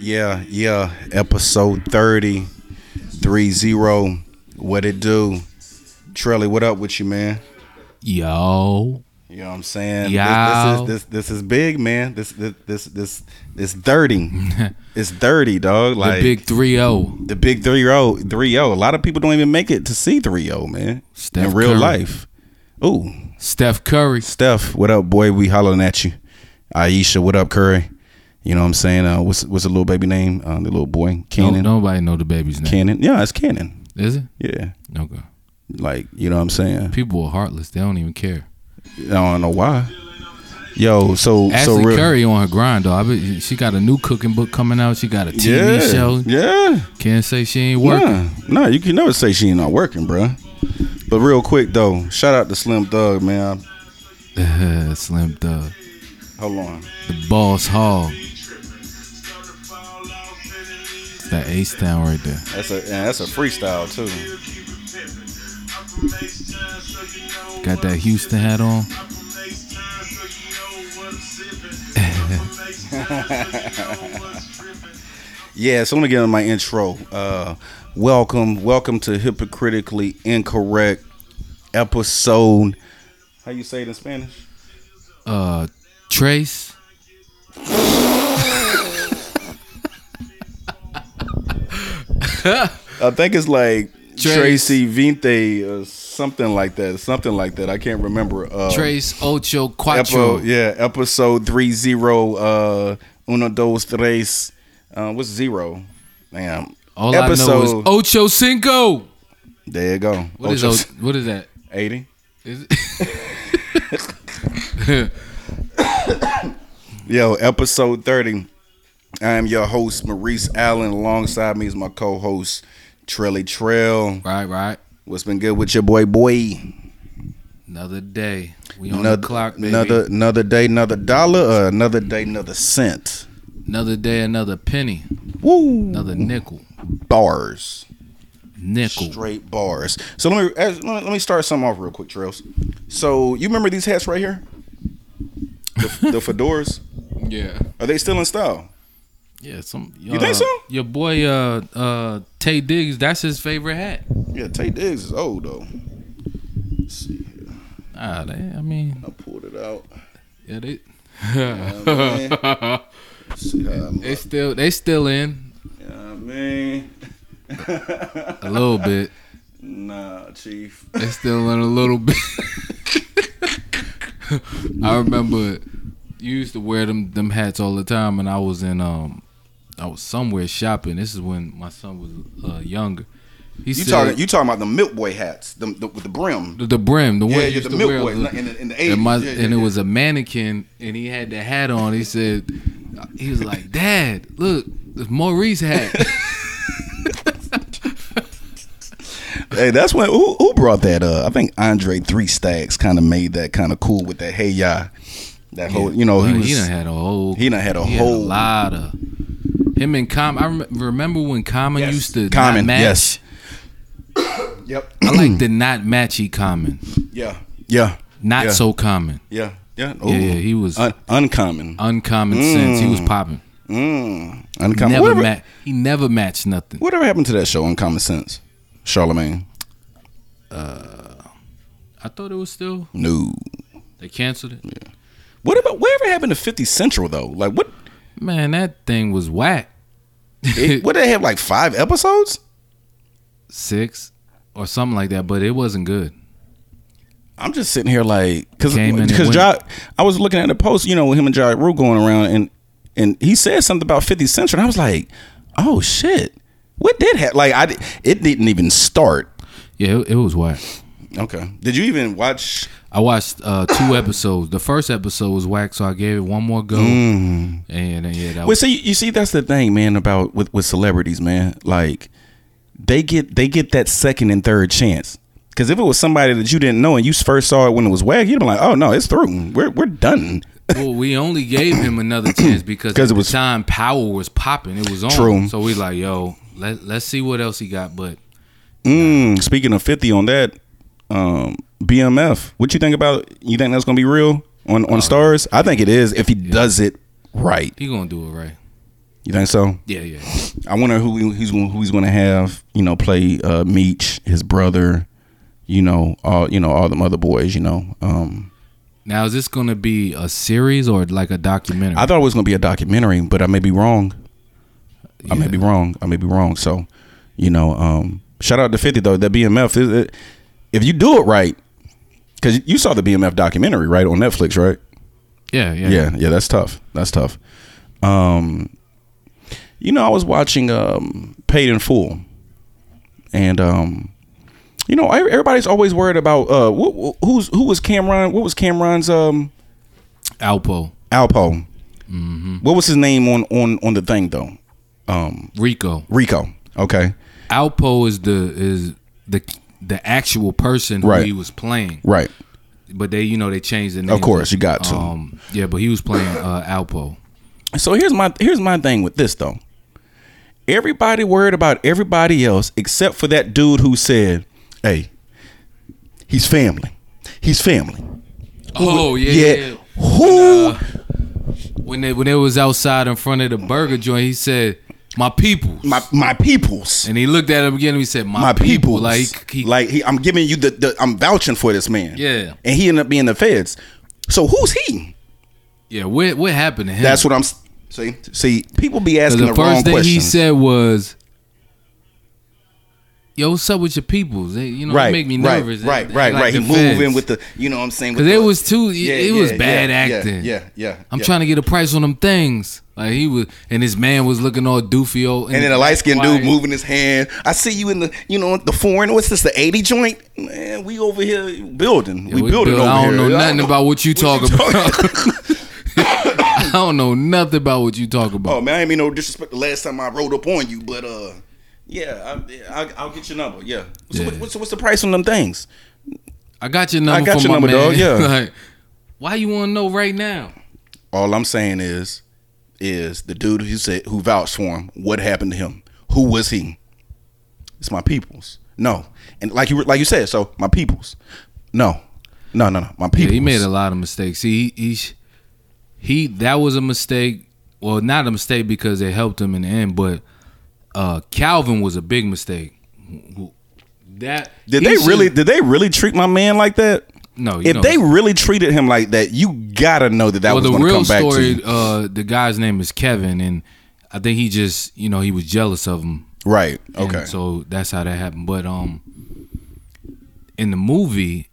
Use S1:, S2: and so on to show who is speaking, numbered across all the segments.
S1: Yeah, yeah. Episode 30, 30. What it do? Trelly, what up with you, man?
S2: Yo.
S1: You know what I'm saying?
S2: Yo.
S1: This, this is this this is big, man. This this this this this dirty. it's dirty, dog. Like
S2: the big oh, 3 0.
S1: the big three zero three zero. A lot of people don't even make it to see three zero, man.
S2: Steph
S1: in real
S2: Curry.
S1: life. Ooh,
S2: Steph Curry.
S1: Steph, what up, boy? We hollering at you. Aisha, what up, Curry? You know what I'm saying? Uh, what's what's the little baby name? Uh, the little boy,
S2: Don't,
S1: Cannon.
S2: nobody know the baby's name.
S1: Cannon. Yeah, it's Cannon.
S2: Is it?
S1: Yeah,
S2: Okay.
S1: like you know what I'm saying.
S2: People are heartless. They don't even care.
S1: I don't know why. Yo, so
S2: Ashley
S1: so real.
S2: Curry on her grind though. I bet she got a new cooking book coming out. She got a TV
S1: yeah,
S2: show.
S1: yeah.
S2: Can't say she ain't working.
S1: Nah, nah, you can never say she ain't not working, bruh. But real quick though, shout out to Slim Thug, man.
S2: Slim Thug,
S1: Hold on.
S2: the boss hog. That Ace Town right there.
S1: That's a and that's a freestyle too.
S2: Got that Houston hat on.
S1: Yeah, so let me get on my intro. Uh, welcome, welcome to hypocritically incorrect episode. How you say it in Spanish?
S2: Uh, Trace.
S1: I think it's like
S2: Trace.
S1: Tracy Vinte or something like that. Something like that. I can't remember. Uh,
S2: Trace Ocho
S1: Epo,
S2: Quattro.
S1: yeah, episode three zero. Uh, uno dos tres. Uh, what's zero? Damn.
S2: All I know is Ocho Cinco.
S1: there you go.
S2: What is
S1: Ocho-
S2: o- what is that?
S1: Eighty.
S2: Is it-
S1: Yo, episode thirty. I am your host Maurice Allen. Alongside me is my co-host Trilly Trail.
S2: right, right.
S1: What's been good with your boy, boy?
S2: Another day. We on
S1: Another
S2: the clock, baby.
S1: another another day, another dollar, or another day, another cent.
S2: another day, another penny,
S1: Woo!
S2: another nickel,
S1: Bars.
S2: nickel.
S1: straight bars. So let me as- let me- let me start something off real quick, Trails. So you remember these hats right here, the, the fedoras?
S2: Yeah.
S1: Are they still in style?
S2: Yeah, some.
S1: You think so?
S2: Your boy, uh, uh, Tay Diggs. That's his favorite hat.
S1: Yeah, Tay Diggs is old though. Let's see here.
S2: Ah, they, I mean,
S1: I pulled it out.
S2: yeah, they,
S1: Let's see how I'm,
S2: they still, they still in
S1: you know what I mean?
S2: a little bit.
S1: Nah, Chief.
S2: They still in a little bit. I remember you used to wear them them hats all the time, and I was in um, I was somewhere shopping. This is when my son was uh, younger. He
S1: You
S2: said
S1: talking? You talking about the Milk Boy hats? The, the with the brim?
S2: the, the brim, the one
S1: Yeah,
S2: you
S1: yeah,
S2: used
S1: the
S2: to
S1: Milk
S2: wear
S1: Boy
S2: with-
S1: in the- in the- in the
S2: and, my,
S1: 80s. Yeah,
S2: and it
S1: yeah,
S2: was a mannequin, and he had the hat on. He said, he was like, Dad, look, it's Maurice hat.
S1: Hey, that's when who, who brought that up? I think Andre Three Stacks kind of made that kind of cool with that Hey Ya, that whole Oh, you know
S2: Well,
S1: he was
S2: he done had a whole.
S1: he done had a
S2: he
S1: whole-
S2: lot of. Him and Com. I rem- remember when Common
S1: Yes.
S2: used to
S1: Common,
S2: Not match.
S1: yes. yep
S2: I like the not matchy Common,
S1: yeah yeah
S2: not
S1: Yeah. Uh,
S2: so common.
S1: yeah yeah
S2: Yeah, yeah, he was
S1: Un- uncommon
S2: uncommon sense. He was popping.
S1: mm. uncommon
S2: Never
S1: whatever,
S2: ma- He never matched nothing.
S1: whatever happened to that show Uncommon Sense Charlemagne
S2: I thought it was still.
S1: no
S2: They canceled it.
S1: what about whatever happened to Fifty Central though like what
S2: Man, that thing was whack.
S1: it, what they have like five episodes
S2: Six or something like that, but it wasn't good.
S1: I'm just sitting here like because
S2: Came in and
S1: because
S2: went.
S1: Ja, I was looking at the post, you know, with him and Ja Rule going around, and and he said something about 50 Central, and I was like, oh shit, what did happen? Like I, di- it didn't even start.
S2: Yeah, it, it was whack.
S1: Okay, did you even watch?
S2: I watched uh, two episodes. The first episode was whack, so I gave it one more go.
S1: Mm. Mm-hmm.
S2: And uh, yeah, that
S1: Well,
S2: was,
S1: see, you see, that's the thing, man, about with with celebrities, man. Like they get they get that second and third chance. Because if it was somebody that you didn't know and you first saw it when it was wag, you'd be like, oh no, it's through. We're we're done.
S2: well, we only gave him another chance because at
S1: 'Cause it
S2: the
S1: was-
S2: time Power was popping. It was on.
S1: True.
S2: So we like, yo, let let's see what else he got. But
S1: Mm, speaking of 50 on that, um, BMF, what you think about you think that's gonna be real on, on stars? I think it is if he does it right.
S2: he gonna do it right.
S1: You think so?
S2: Yeah, yeah.
S1: I wonder who he- he's gonna- who he's going to have. You know, play uh, Meech, his brother. You know, all you know, all them other boys. You know, um,
S2: Now is this gonna be a series or like a documentary?
S1: I thought it was going to be a documentary, but I may be wrong. I may
S2: Yeah.
S1: be wrong. I may be wrong. So, you know, um, shout out to Fifty though. That BMF is it, if you do it right, because you saw the BMF documentary right on Netflix, right?
S2: yeah, yeah,
S1: yeah, yeah, that's tough. That's tough. Um, you know, I was watching um, Paid in Full, and um, you know, every- everybody's always worried about uh, wh- wh- who's who was Cameron? What was Cameron's um,
S2: Alpo,
S1: Alpo?
S2: Mm-hmm.
S1: What was his name on on on the thing though? Um,
S2: Rico.
S1: Rico. Okay,
S2: Alpo is the is the the actual person who
S1: Right.
S2: he was playing,
S1: right.
S2: but they you know they changed the name.
S1: course, you got to.
S2: Um, yeah, but he was playing uh, Alpo.
S1: So here's my here's my thing with this though. Everybody worried about everybody else except for that dude who said, "Hey, he's family. He's family."
S2: Oh yeah, yeah.
S1: Yeah. Who?
S2: When they when they was outside in front of the burger joint, he said, "My people."
S1: my my peoples.
S2: and he looked at him again and he said, "My,
S1: My
S2: people."
S1: peoples.
S2: Like he,
S1: like he, I'm giving you the, the I'm vouching for this man.
S2: Yeah.
S1: And he ended up being the feds. So who's he?
S2: yeah. What what happened to him?
S1: That's what I'm s- see. See, people be
S2: So
S1: asking the,
S2: the
S1: wrong
S2: first thing
S1: questions.
S2: he said was, "Yo, what's up with your peoples? They, you know, they
S1: right,
S2: make me
S1: right,
S2: nervous." They-
S1: Right,
S2: they
S1: right,
S2: like
S1: right.
S2: the
S1: he moved in
S2: feds.
S1: with the, you know what I'm saying? with
S2: Cause it
S1: the-
S2: was too. It,
S1: Yeah,
S2: it was
S1: yeah,
S2: bad
S1: yeah,
S2: acting.
S1: Yeah, yeah.
S2: I'm trying to get a price on them things. Like he was, and his man was looking all doofy. old-
S1: And then a light skinned
S2: quiet.
S1: dude moving his hand. I see you in the, you know, the foreign. What's this? The eighty joint? Man, we over here building.
S2: Yeah,
S1: we,
S2: we
S1: building
S2: build-
S1: over
S2: I don't
S1: here.
S2: know nothing about what you talking I don't know nothing about what you talk about.
S1: oh man, I ain't mean no disrespect. The last time I rode up on you, but uh, yeah, I, I, I'll get your number. Yeah. So
S2: Yeah.
S1: What, what's, what's the price on them things?
S2: I got your number.
S1: Oh, I got
S2: from
S1: your
S2: my
S1: number,
S2: man.
S1: dog, yeah.
S2: like, why you want to know right now?
S1: All I'm saying is, is the dude who said who vouched for him. What happened to him? Who was he? It's my peoples. No, and like you like you said, so my peoples. No, no, no, no, my
S2: Yeah,
S1: peoples.
S2: he made a lot of mistakes. He he sh- he that was a mistake. Well, not a mistake because it helped him in the end, but uh, Calvin was a big mistake. That
S1: Did
S2: he
S1: they
S2: should-
S1: really? Did they really treat my man like that?
S2: No, you
S1: If
S2: know,
S1: they really treated him like that, you gotta know that that
S2: well,
S1: was
S2: the
S1: going to
S2: real
S1: come back to
S2: story.
S1: you.
S2: Uh, the guy's name is Kevin, and I think he just you know he was jealous of him.
S1: Right.
S2: And
S1: Okay.
S2: so that's how that happened. But um, in the movie,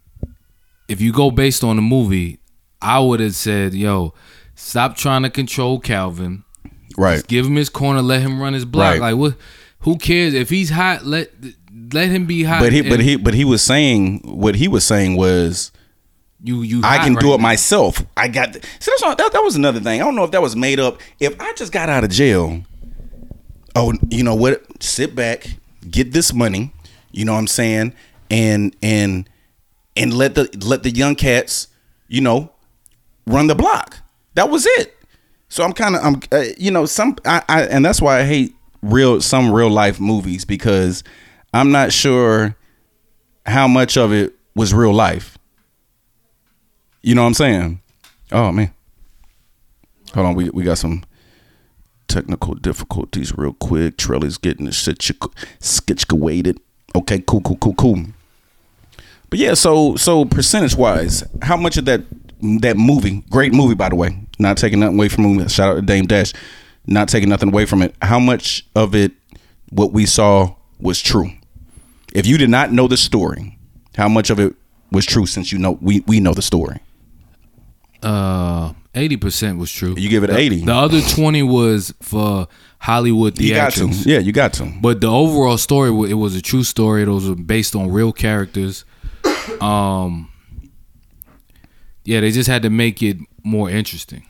S2: if you go based on the movie, I would have said, "Yo, stop trying to control Calvin.
S1: right.
S2: Give him his corner. Let him run his block.
S1: Right.
S2: Like what? Who cares if he's hot? Let let him be hot.
S1: But he, but
S2: and
S1: he, but he was saying what he was saying was,
S2: you you.
S1: I
S2: hot
S1: can
S2: right
S1: do it
S2: now.
S1: myself. I got. th- See, that's not, that, that was another thing. I don't know if that was made up. If I just got out of jail, oh, you know what? Sit back, get this money. You know what I'm saying? And and and let the let the young cats, you know, run the block. That was it. So I'm kind of I'm uh, you know some I, I and that's why I hate real some real life movies because I'm not sure how much of it was real life. You know what I'm saying? Oh man. Hold on, we we got some technical difficulties real quick. Trelly's getting the shit skitchkawated. Okay, cool, cool, cool, cool. But yeah, so so percentage wise, how much of that that movie, great movie by the way, not taking nothing away from it. Shout out to Dame Dash, not taking nothing away from it. How much of it what we saw was true? If you did not know the story, how much of it was true since you know we we know the story?
S2: Uh, eighty percent was true.
S1: You give it
S2: The-
S1: 80.
S2: The other twenty was for Hollywood theatrics.
S1: You got to. Yeah, you got to.
S2: But the overall story, wa- it was a true story. Those were based on real characters. Um, yeah, they just had to make it more interesting.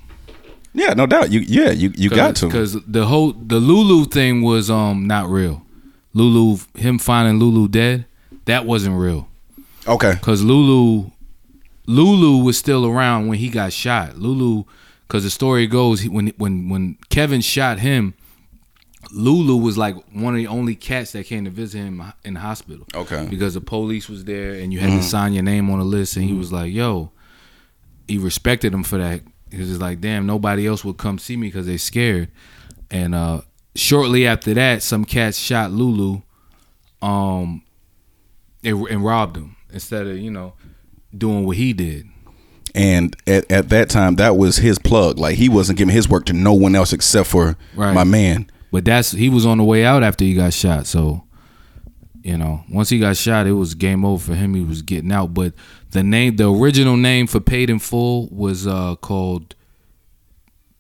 S1: Yeah, no doubt. You yeah, you you got to.
S2: because the whole the Lulu thing was um not real. Lulu, him finding Lulu dead, that wasn't real.
S1: Okay.
S2: Cause Lulu, Lulu was still around when he got shot. Lulu, cause the story goes he, when when when Kevin shot him, Lulu was like one of the only cats that came to visit him in the hospital.
S1: Okay.
S2: because the police was there and you had to sign your name on a list, and he was like, "Yo," he respected him for that. He was just like, "Damn, nobody else would come see me because they scared." and uh, shortly after that, some cats shot Lulu, um, and, and robbed him instead of you know doing what he did.
S1: And at, at that time, that was his plug. Like he wasn't giving his work to no one else except for
S2: Right.
S1: my man.
S2: But that's he was on the way out after he got shot. So, you know, once he got shot, it was game over for him. He was getting out. But the name, the original name for Paid in Full was uh, called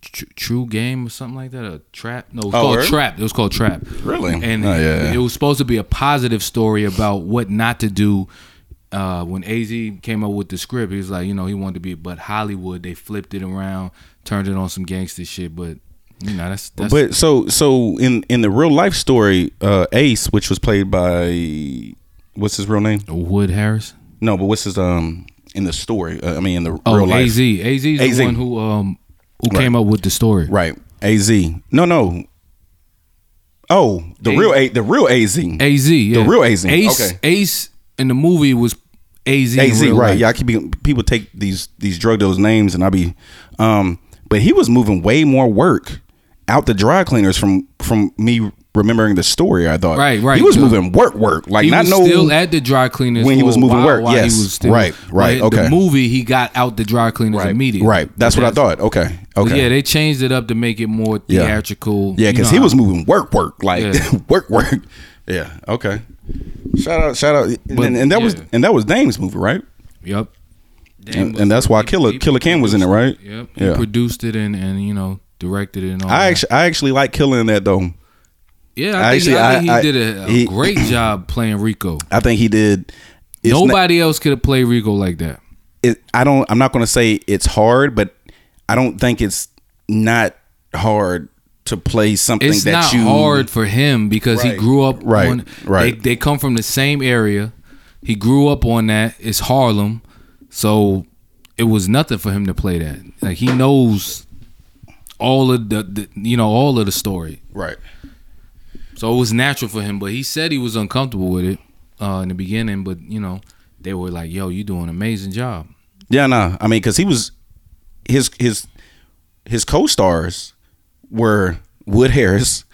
S2: Tr- True Game or something like that. A trap? No, it was
S1: Oh,
S2: called
S1: really?
S2: Trap. It was called Trap.
S1: Really?
S2: And
S1: Oh, yeah.
S2: it was supposed to be a positive story about what not to do. Uh, when AZ came up with the script, he was like, you know, he wanted to be, but Hollywood, they flipped it around, turned it on some gangster shit. But you know, that's that's
S1: but so so in in the real life story, uh, Ace, which was played by what's his real name?
S2: Wood Harris.
S1: No, but what's his um in the story? Uh, I mean, in the
S2: Oh,
S1: real life,
S2: AZ. AZ is
S1: AZ.
S2: the one who um who
S1: Right.
S2: came up with the story.
S1: right? Az. No, no. Oh, the
S2: A-
S1: real A, the real Az.
S2: AZ, yeah.
S1: real AZ,
S2: Ace,
S1: okay.
S2: Ace in the movie was AZ. in
S1: AZ,
S2: real
S1: right?
S2: life.
S1: Yeah, I keep being, people take these these drug dealers' names, and I be, um, but he was moving way more work out the dry cleaners from from me remembering the story. I thought,
S2: Right, right,
S1: He was
S2: dude.
S1: moving work, work, like
S2: He
S1: not
S2: was
S1: no
S2: still at the dry cleaners
S1: when he
S2: for
S1: was
S2: a
S1: moving
S2: while
S1: work,
S2: while he
S1: yes.
S2: was still-
S1: Right, right,
S2: but in
S1: okay.
S2: The movie he got out the dry cleaners
S1: right,
S2: immediately.
S1: right. That's what I thought. Okay,
S2: But
S1: okay,
S2: Yeah, they changed it up to make it more
S1: Yeah.
S2: theatrical.
S1: Yeah,
S2: You
S1: because
S2: know
S1: he
S2: how-
S1: was moving work, work, like
S2: Yeah.
S1: work, work. Yeah. Okay. Shout out, shout out, and, and that was
S2: yeah.
S1: and that was Dame's movie, right?
S2: Yep.
S1: And, and that's why Killer Killer Cam was in it, right?
S2: Yep. He
S1: Yeah.
S2: produced it and and you know directed it and all.
S1: I
S2: that.
S1: actually I actually like Killer in that though.
S2: yeah, I,
S1: actually,
S2: think, I think
S1: I-
S2: he
S1: I-
S2: did a, a
S1: he-
S2: great job playing Rico.
S1: I think he did. It's not-
S2: Nobody else could have played Rico like that.
S1: it, I don't. I'm not going to say it's hard, but I don't think it's not hard to play something
S2: It's
S1: that
S2: not
S1: you
S2: hard for him because he
S1: Right,
S2: grew up
S1: right,
S2: on,
S1: right.
S2: They, they come from the same area. He grew up on that. It's Harlem, so it was nothing for him to play that. Like he knows all of the, the you know all of the story,
S1: Right.
S2: so it was natural for him. But he said he was uncomfortable with it uh, in the beginning. But you know they were like, "Yo, you doing an amazing job."
S1: Yeah, no. I mean, because he was his his his co-stars were Wood Harris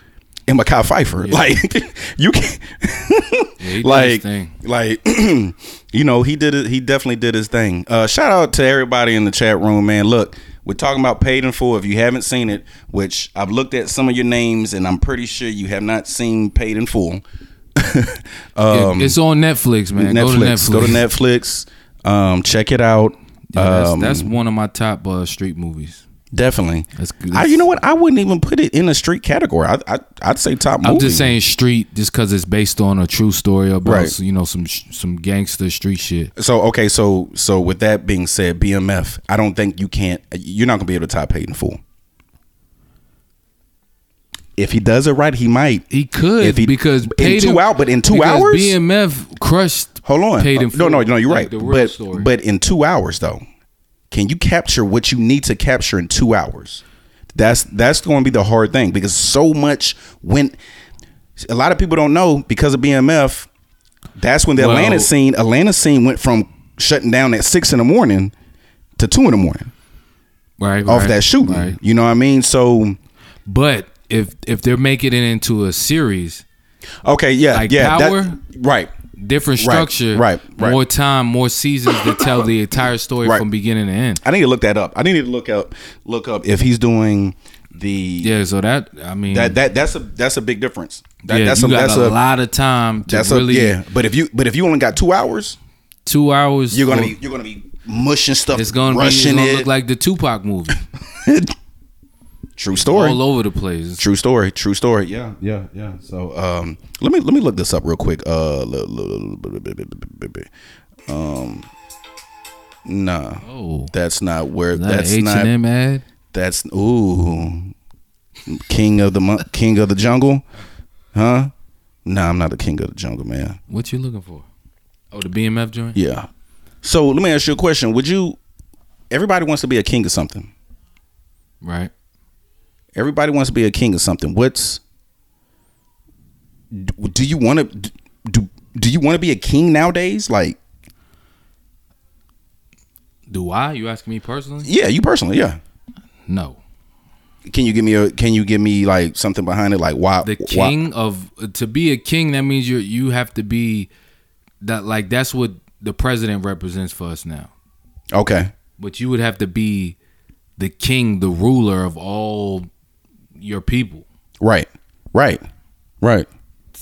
S1: and Mackay Pfeiffer. Like you can,
S2: Yeah, he did his
S1: like
S2: thing.
S1: like you know he did it. He definitely did his thing. Uh, shout out to everybody in the chat room, man. Look. We're talking about paid in full. If you haven't seen it, which I've looked at some of your names, and I'm pretty sure you have not seen paid in full.
S2: It- it's on Netflix, man. Go to Netflix.
S1: um, Netflix, go to Netflix. Um, check it out.
S2: Yeah, that's,
S1: Um,
S2: that's one of my top uh, street movies.
S1: Definitely.
S2: That's good.
S1: I, you know what? I wouldn't even put it in a street category. I, I I'd say top movie.
S2: I'm just saying street just because it's based on a true story about
S1: Right.
S2: you know some sh- some gangster street shit.
S1: So okay, so so with that being said, BMF, I don't think you can't. You're not gonna be able to top Hayden Fool. If he does it right, he might.
S2: He could
S1: If he-
S2: because
S1: in
S2: paid
S1: two
S2: in,
S1: hour- but in two
S2: because
S1: hours?
S2: BMF crushed.
S1: Hold on. Uh,
S2: paid in
S1: no, no,
S2: full,
S1: no. You're
S2: like
S1: right.
S2: the real
S1: but
S2: story.
S1: but in two hours though, can you capture what you need to capture in two hours? That's that's going to be the hard thing because so much went. A lot of people don't know because of BMF. That's when the
S2: Well-
S1: Atlanta scene. Atlanta scene went from shutting down at six in the morning to two in the morning
S2: right
S1: off
S2: right,
S1: that shooting.
S2: right.
S1: You know what I mean? So
S2: But if if they're making it into a series,
S1: okay, yeah,
S2: Like
S1: yeah, that-
S2: Power?
S1: right,
S2: different
S1: Right,
S2: structure,
S1: right, right.
S2: more time, more seasons to tell the entire story
S1: Right.
S2: from beginning to end.
S1: I need to look that up. I need to look up look up if he's doing the
S2: Yeah, so that I mean
S1: That that that's a that's a big difference. That,
S2: yeah,
S1: that's
S2: you
S1: a
S2: got
S1: that's a,
S2: a, lot of time to
S1: that's
S2: really
S1: a yeah. But if you but if you only got two hours,
S2: two hours.
S1: you're gonna
S2: for-
S1: be you're gonna be mushing stuff.
S2: It's gonna be it's
S1: rushing
S2: gonna
S1: it.
S2: look like the Tupac movie,
S1: true story.
S2: all over the place.
S1: True story. True story. Yeah, yeah, yeah. So um, let me let me look this up real quick. Uh, l- l- l- um, nah,
S2: Oh,
S1: that's not where.
S2: is that
S1: That's
S2: an H
S1: not.
S2: and M ad.
S1: That's ooh, king of the mon- king of the jungle, huh? Nah, I'm not the king of the jungle, man.
S2: What you looking for? Oh, the BMF joint.
S1: Yeah. So let me ask you a question. Would you? Everybody wants to be a king of something.
S2: Right.
S1: Everybody wants to be a king of something. What's? Do do you want to do? Do you want to be a king nowadays? Like,
S2: Do I? You asking me personally?
S1: yeah, you personally, yeah.
S2: No.
S1: Can you give me a? Can you give me like something behind it? Like why?
S2: the
S1: why-
S2: king of to be a king that means you you have to be that like that's what the president represents for us now
S1: okay.
S2: but you would have to be the king the ruler of all your people
S1: Right. Right. Right.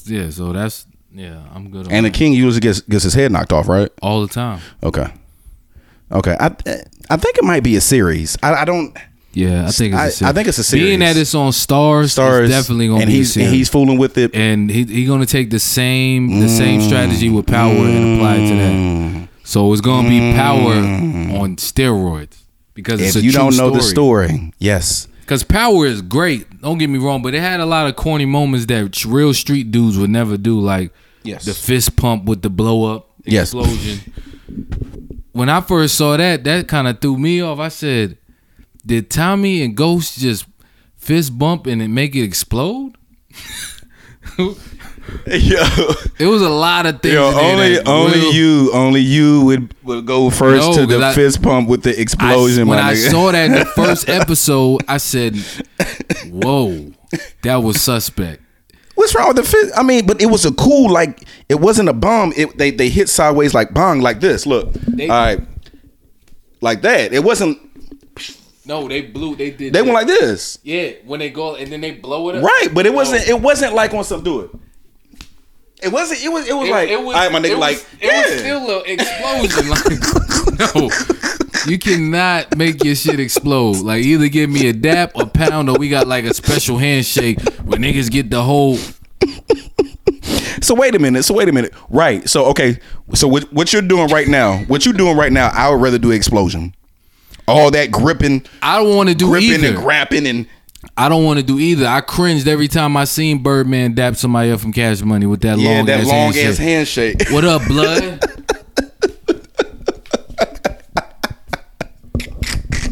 S2: yeah so that's yeah i'm good on
S1: And the
S2: that.
S1: king usually gets gets his head knocked off. Right.
S2: all the time
S1: Okay. Okay. I I think it might be a series. I, I don't.
S2: yeah i think it's a
S1: I-
S2: series.
S1: I think it's a
S2: being
S1: series.
S2: that it's on stars
S1: Stars
S2: stars definitely gonna
S1: and
S2: be
S1: he's
S2: a series.
S1: and he's fooling with it.
S2: and he he gonna take the same the same strategy with power and apply it to that. So it's gonna be power on steroids because it's
S1: If
S2: a
S1: you
S2: true
S1: don't know
S2: story.
S1: the story, yes,
S2: because power is great. Don't get me wrong, but it had a lot of corny moments that real street dudes would never do, like
S1: Yes.
S2: the fist pump with the blow up
S1: Yes.
S2: explosion. when I first saw that, that kind of threw me off. I said, "Did Tommy and Ghost just fist bump and it make it explode?"
S1: Yo,
S2: It was a lot of things.
S1: yo
S2: in there
S1: only
S2: that
S1: only
S2: real-
S1: you, only you would, would go first
S2: No,
S1: to the
S2: 'cause I-
S1: fist pump with the
S2: I-
S1: explosion.
S2: when
S1: my
S2: I
S1: nigga.
S2: saw that in the first episode, I said, "Whoa, that was suspect."
S1: what's wrong with the fist? I mean, but it was a cool like it wasn't a bomb. It they they hit sideways like bong like this. Look,
S2: They-
S1: all right, like that. It wasn't.
S2: No, they blew. They did.
S1: They went like this,
S2: yeah, when they go and then they blow it up.
S1: right? But it wasn't. It wasn't like on some do it. It wasn't. It was. It was like. all right, my nigga.
S2: it was-
S1: like.
S2: it was
S1: yeah.
S2: still an explosion. Like, no, you cannot make your shit explode. Like, either give me a dap, a pound, or we got like a special handshake where niggas get the whole.
S1: So wait a minute. So wait a minute. Right. So okay. So what, what you're doing right now? What you're doing right now? I would rather do explosion. All that gripping,
S2: I don't want to do
S1: gripping
S2: either.
S1: and grapping and
S2: I don't want to do either. I cringed every time I seen Birdman dap somebody up from Cash Money with that
S1: yeah,
S2: long
S1: that
S2: ass
S1: long
S2: handshake.
S1: ass handshake.
S2: What up, blood?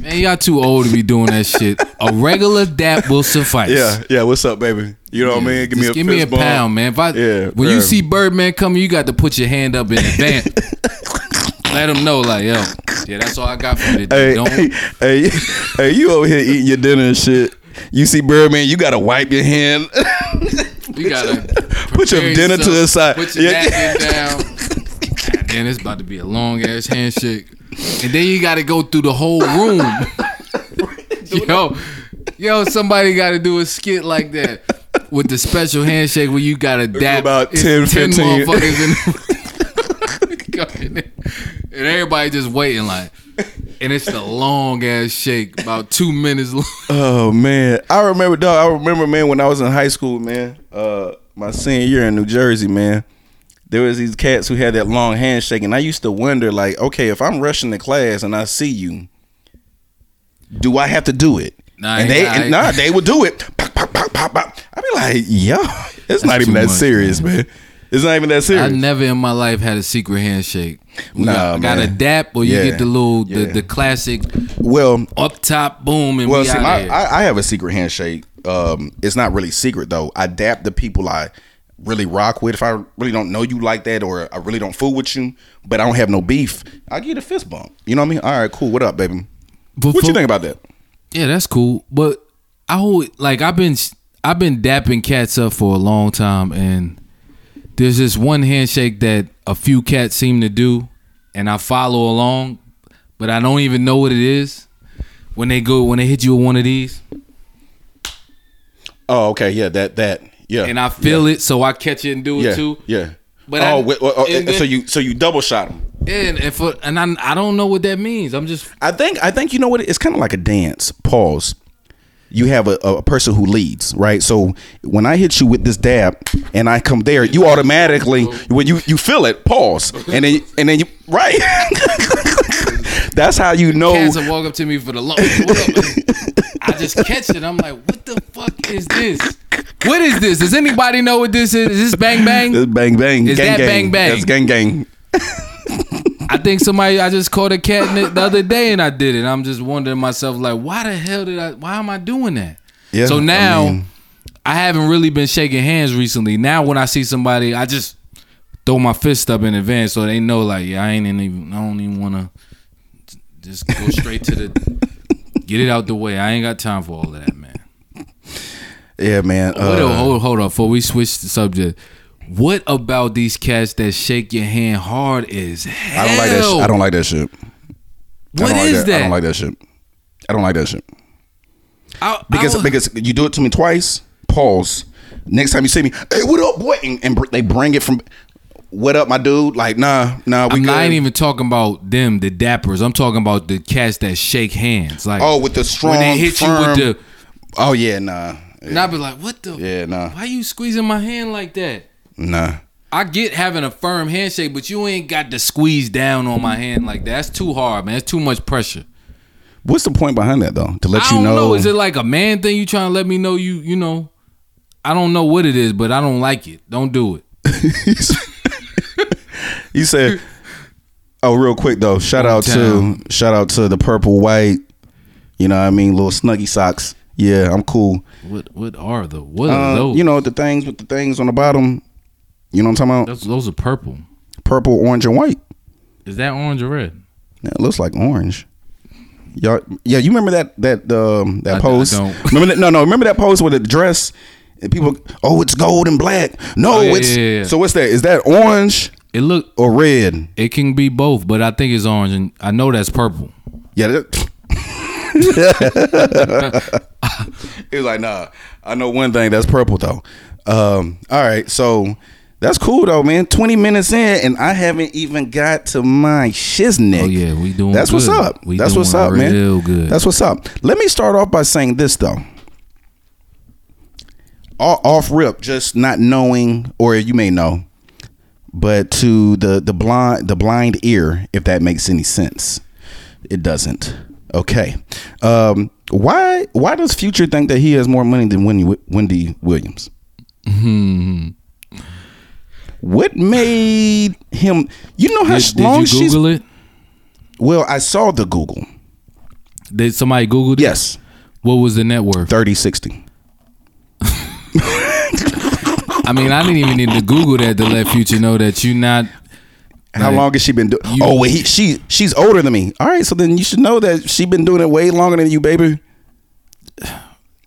S2: Man, y'all too old to be doing that shit. A regular dap will suffice.
S1: yeah. Yeah. What's up, baby? You know what I mean? Give me
S2: Just
S1: a
S2: give me a
S1: fist bump.
S2: pound, man. If I
S1: Yeah,
S2: when you
S1: bruh.
S2: see Birdman coming, you got to put your hand up in advance. Let him know, like, yo, yeah, that's all I got for you today.
S1: Hey,
S2: Don't
S1: hey, hey, hey, you over here eating your dinner and shit. You see Birdman, you gotta wipe your hand.
S2: you gotta
S1: Put your
S2: prepare
S1: dinner to
S2: yourself,
S1: the side.
S2: Put your
S1: Yeah.
S2: napkin down. God damn, it's about to be a long ass handshake, and then you got to go through the whole room. yo, yo, somebody got to do a skit like that with the special handshake where you got to dab
S1: about
S2: it's
S1: 10, 15.
S2: motherfuckers in. Go in there. And everybody just waiting like, and it's the long ass shake, about two minutes long.
S1: Oh man, I remember, dog. I remember, man, when I was in high school, man, uh, my senior year in New Jersey, man, there was these cats who had that long handshake, and I used to wonder, like, okay, if I'm rushing the class and I see you, do I have to do it?
S2: Nah,
S1: and they,
S2: nah, I-
S1: and, nah, they would do it. Pop, pop, pop, pop, pop. I'd be like, yo, it's not
S2: That's
S1: even
S2: too
S1: that
S2: much,
S1: serious, man. It's not even that
S2: I
S1: serious.
S2: never in my life had a secret handshake. We
S1: Nah,
S2: got, got a
S1: man.
S2: dap, or you
S1: Yeah.
S2: get the little the,
S1: Yeah.
S2: the classic
S1: well,
S2: up top boom, and
S1: Well,
S2: we
S1: see,
S2: out
S1: my,
S2: here.
S1: I, I have a secret handshake. Um, it's not really secret though. I dap the people I really rock with. If I really don't know you like that, or I really don't fool with you, but I don't have no beef, I get a fist bump. You know what I mean? All right, cool. What up, baby?
S2: But
S1: What
S2: for-
S1: you think about that?
S2: Yeah, that's cool. But I would like I've been I've been dapping cats up for a long time, and there's this one handshake that a few cats seem to do, and I follow along, but I don't even know what it is. When they go, when they hit you with one of these,
S1: Oh, okay, yeah, that that yeah,
S2: and I feel it, so I catch it and do it
S1: yeah,
S2: too.
S1: yeah.
S2: But
S1: But
S2: I-
S1: oh, wait, oh, oh,
S2: and
S1: so
S2: then-
S1: you so you double shot him.
S2: And if uh, and I, I don't know what that means. I'm just
S1: I think I think you know what it- it's kind of like a dance. Pause. You have a, a person who leads, right? So when I hit you with this dab and I come there, you automatically when you you feel it. Pause, and then and then you right. That's how you know.
S2: cats will walk up to me for the long. What up? I just catch it. I'm like, what the fuck is this? What is this? Does anybody know what this is? Is this bang bang?
S1: That's bang bang.
S2: Is
S1: gang,
S2: that
S1: gang.
S2: bang, bang?
S1: That's gang gang.
S2: I think somebody. I just caught a cat in it the other day and I did it. I'm just wondering myself like, why the hell did I? Why am I doing that?
S1: Yeah,
S2: so
S1: I
S2: now I,
S1: mean-
S2: haven't really been shaking hands recently. Now when I see somebody, I just throw my fist up in advance so they know like, yeah, I ain't even. I don't even wanna just go straight to the get it out the way. I ain't got time for all of that, man.
S1: Yeah, man.
S2: What
S1: uh,
S2: a- hold, hold on, before we switch the subject. What about these cats that shake your hand hard as
S1: I
S2: hell?
S1: don't like that. Sh- I don't like that shit.
S2: What
S1: I don't
S2: is
S1: like
S2: that?
S1: I don't like that shit. I don't like that shit.
S2: I- I
S1: Because
S2: was-
S1: because you do it to me twice. Pause. Next time you see me, hey, what up, boy? And, and br- they bring it from. What up, my dude? Like, nah, nah, we
S2: I'm
S1: good.
S2: not even talking about them, the dappers. I'm talking about the cats that shake hands. Like
S1: oh, with the strong.
S2: when they hit
S1: firm-
S2: you with
S1: Oh yeah, nah,
S2: the, and I be like, what the?
S1: yeah, nah,
S2: Why you squeezing my hand like that?
S1: nah.
S2: I get having a firm handshake, but you ain't got to squeeze down on my hand like that. That's too hard, man. That's too much pressure.
S1: What's the point behind that though? To let
S2: I
S1: you
S2: don't
S1: know,
S2: know. Is it like a man thing? You trying to let me know you? You know, I don't know what it is, but I don't like it. Don't do it.
S1: you said. Oh, real quick though, shout out to
S2: Hometown.
S1: shout out to the purple white. You know, what I mean, little snuggy socks. Yeah, I'm cool.
S2: What What are the what
S1: Uh,
S2: are those?
S1: you know the things with the things on the bottom. You know what I'm talking about?
S2: those, those are purple.
S1: Purple, orange, and white.
S2: Is that orange or red?
S1: Yeah, it looks like orange. Y'all, yeah, you remember that that um,
S2: I- I
S1: that pose?
S2: don't.
S1: Remember that? No, no. Remember that pose with the dress and people? Oh, it's gold and black. No,
S2: Oh, yeah,
S1: it's
S2: yeah, yeah.
S1: so what's that? Is that orange
S2: It look.
S1: or red?
S2: It can be both, but I think it's orange, and I know that's purple.
S1: Yeah. That, it was like, nah. I know one thing. That's purple though. Um, all right, so that's cool though, man. Twenty minutes in, and I haven't even got to my shiznit.
S2: Oh yeah, we doing.
S1: That's what's
S2: good.
S1: up.
S2: We
S1: That's
S2: doing
S1: what's up, man.
S2: Real good.
S1: That's what's up. Let me start off by saying this though. O- Off rip, just not knowing, or you may know, but to the the blind the blind ear, if that makes any sense, it doesn't. Okay, um, why why does Future think that he has more money than Wendy Wi- Wendy Williams?
S2: Mm-hmm.
S1: What made him? You know how
S2: Did,
S1: sh-
S2: did
S1: long
S2: you
S1: she's
S2: Google it?
S1: well, I saw the Google.
S2: Did somebody Google it?
S1: Yes,
S2: What was the net worth?
S1: 3060.
S2: I mean, I didn't even need to Google that to let Future know that you not.
S1: How
S2: Like,
S1: long has she been doing?
S2: you-
S1: Oh, wait, he, she she's older than me. All right, so then you should know that she been doing it way longer than you, baby.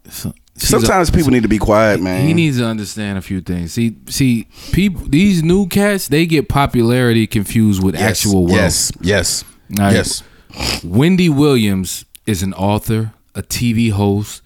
S2: she's a-
S1: Sometimes people need to be quiet, man.
S2: He needs to understand a few things. See, see, people. These new cats, they get popularity confused with
S1: Yes,
S2: actual wealth.
S1: Yes, yes,
S2: All right.
S1: yes.
S2: Wendy Williams is an author, a TV host.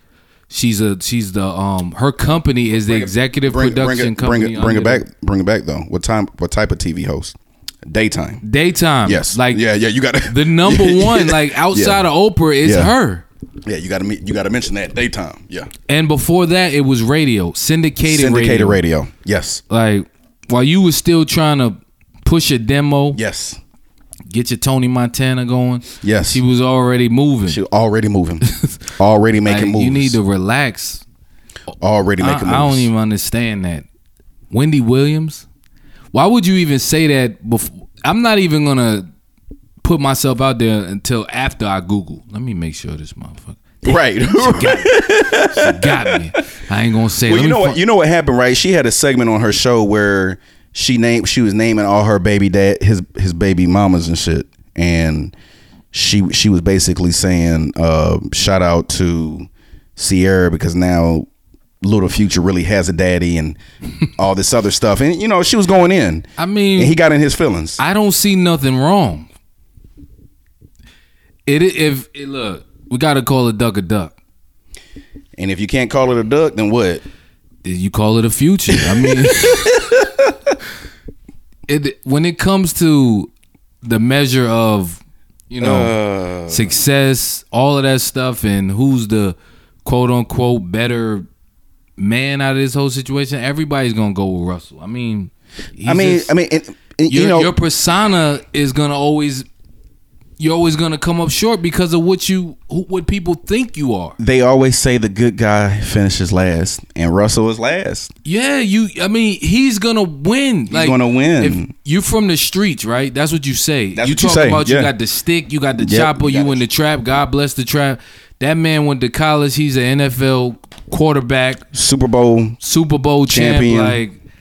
S2: She's a she's the um her company is the executive
S1: Bring, bring
S2: production
S1: it, bring
S2: company.
S1: it, bring
S2: under
S1: it back, bring it back though. What time? What type of TV host?
S2: the-
S1: Daytime.
S2: Daytime.
S1: Yes.
S2: Like
S1: yeah, yeah. You got to
S2: the number one, like outside of Oprah, is
S1: Yeah.
S2: her.
S1: Yeah, you got to you got to mention that daytime. Yeah.
S2: And before that, it was radio, syndicated,
S1: Syndicated
S2: radio.
S1: radio. Yes.
S2: Like while you was still trying to push a demo,
S1: Yes.
S2: get your Tony Montana going.
S1: Yes.
S2: She was already moving.
S1: She already moving, already
S2: Like,
S1: making moves.
S2: you need to relax.
S1: already
S2: I,
S1: making moves.
S2: I don't even understand that. Wendy Williams. Why would you even say that? Before I'm not even gonna put myself out there until after I Google. Let me make sure this motherfucker
S1: right.
S2: got me. I ain't gonna say.
S1: Well,
S2: Let
S1: you
S2: me
S1: know what
S2: fi-
S1: you know what happened, right? She had a segment on her show where she named she was naming all her baby dad his his baby mamas and shit, and she she was basically saying uh, shout out to Sierra because now Little Future really has a daddy and all this other stuff, and you know she was going in.
S2: I
S1: and
S2: mean,
S1: he got in his feelings.
S2: I don't see nothing wrong. It if it, look, we gotta call a duck a duck.
S1: And if you can't call it a duck, then what?
S2: you call it a future. I mean, it when it comes to the measure of you
S1: Uh.
S2: know success, all of that stuff, and who's the quote unquote better man out of this whole situation, everybody's gonna go with Russell. I mean,
S1: I
S2: he's
S1: mean,
S2: just-
S1: I mean, and, and,
S2: your,
S1: you know,
S2: your persona is gonna always. You're always gonna come up short because of what you, who, what people think you are.
S1: they always say the good guy finishes last, and Russell is last.
S2: Yeah, you. I mean, he's gonna win. He's
S1: gonna win.
S2: If you're from the streets, right? That's what you say.
S1: That's
S2: you
S1: what you
S2: talk
S1: say,
S2: about
S1: yeah.
S2: you got the stick, you got the
S1: Yep,
S2: chopper,
S1: you
S2: you,
S1: got
S2: in
S1: it.
S2: the trap. God bless the trap. That man went to college. He's an NFL quarterback,
S1: Super Bowl
S2: Super Bowl
S1: Champion.
S2: champ. Like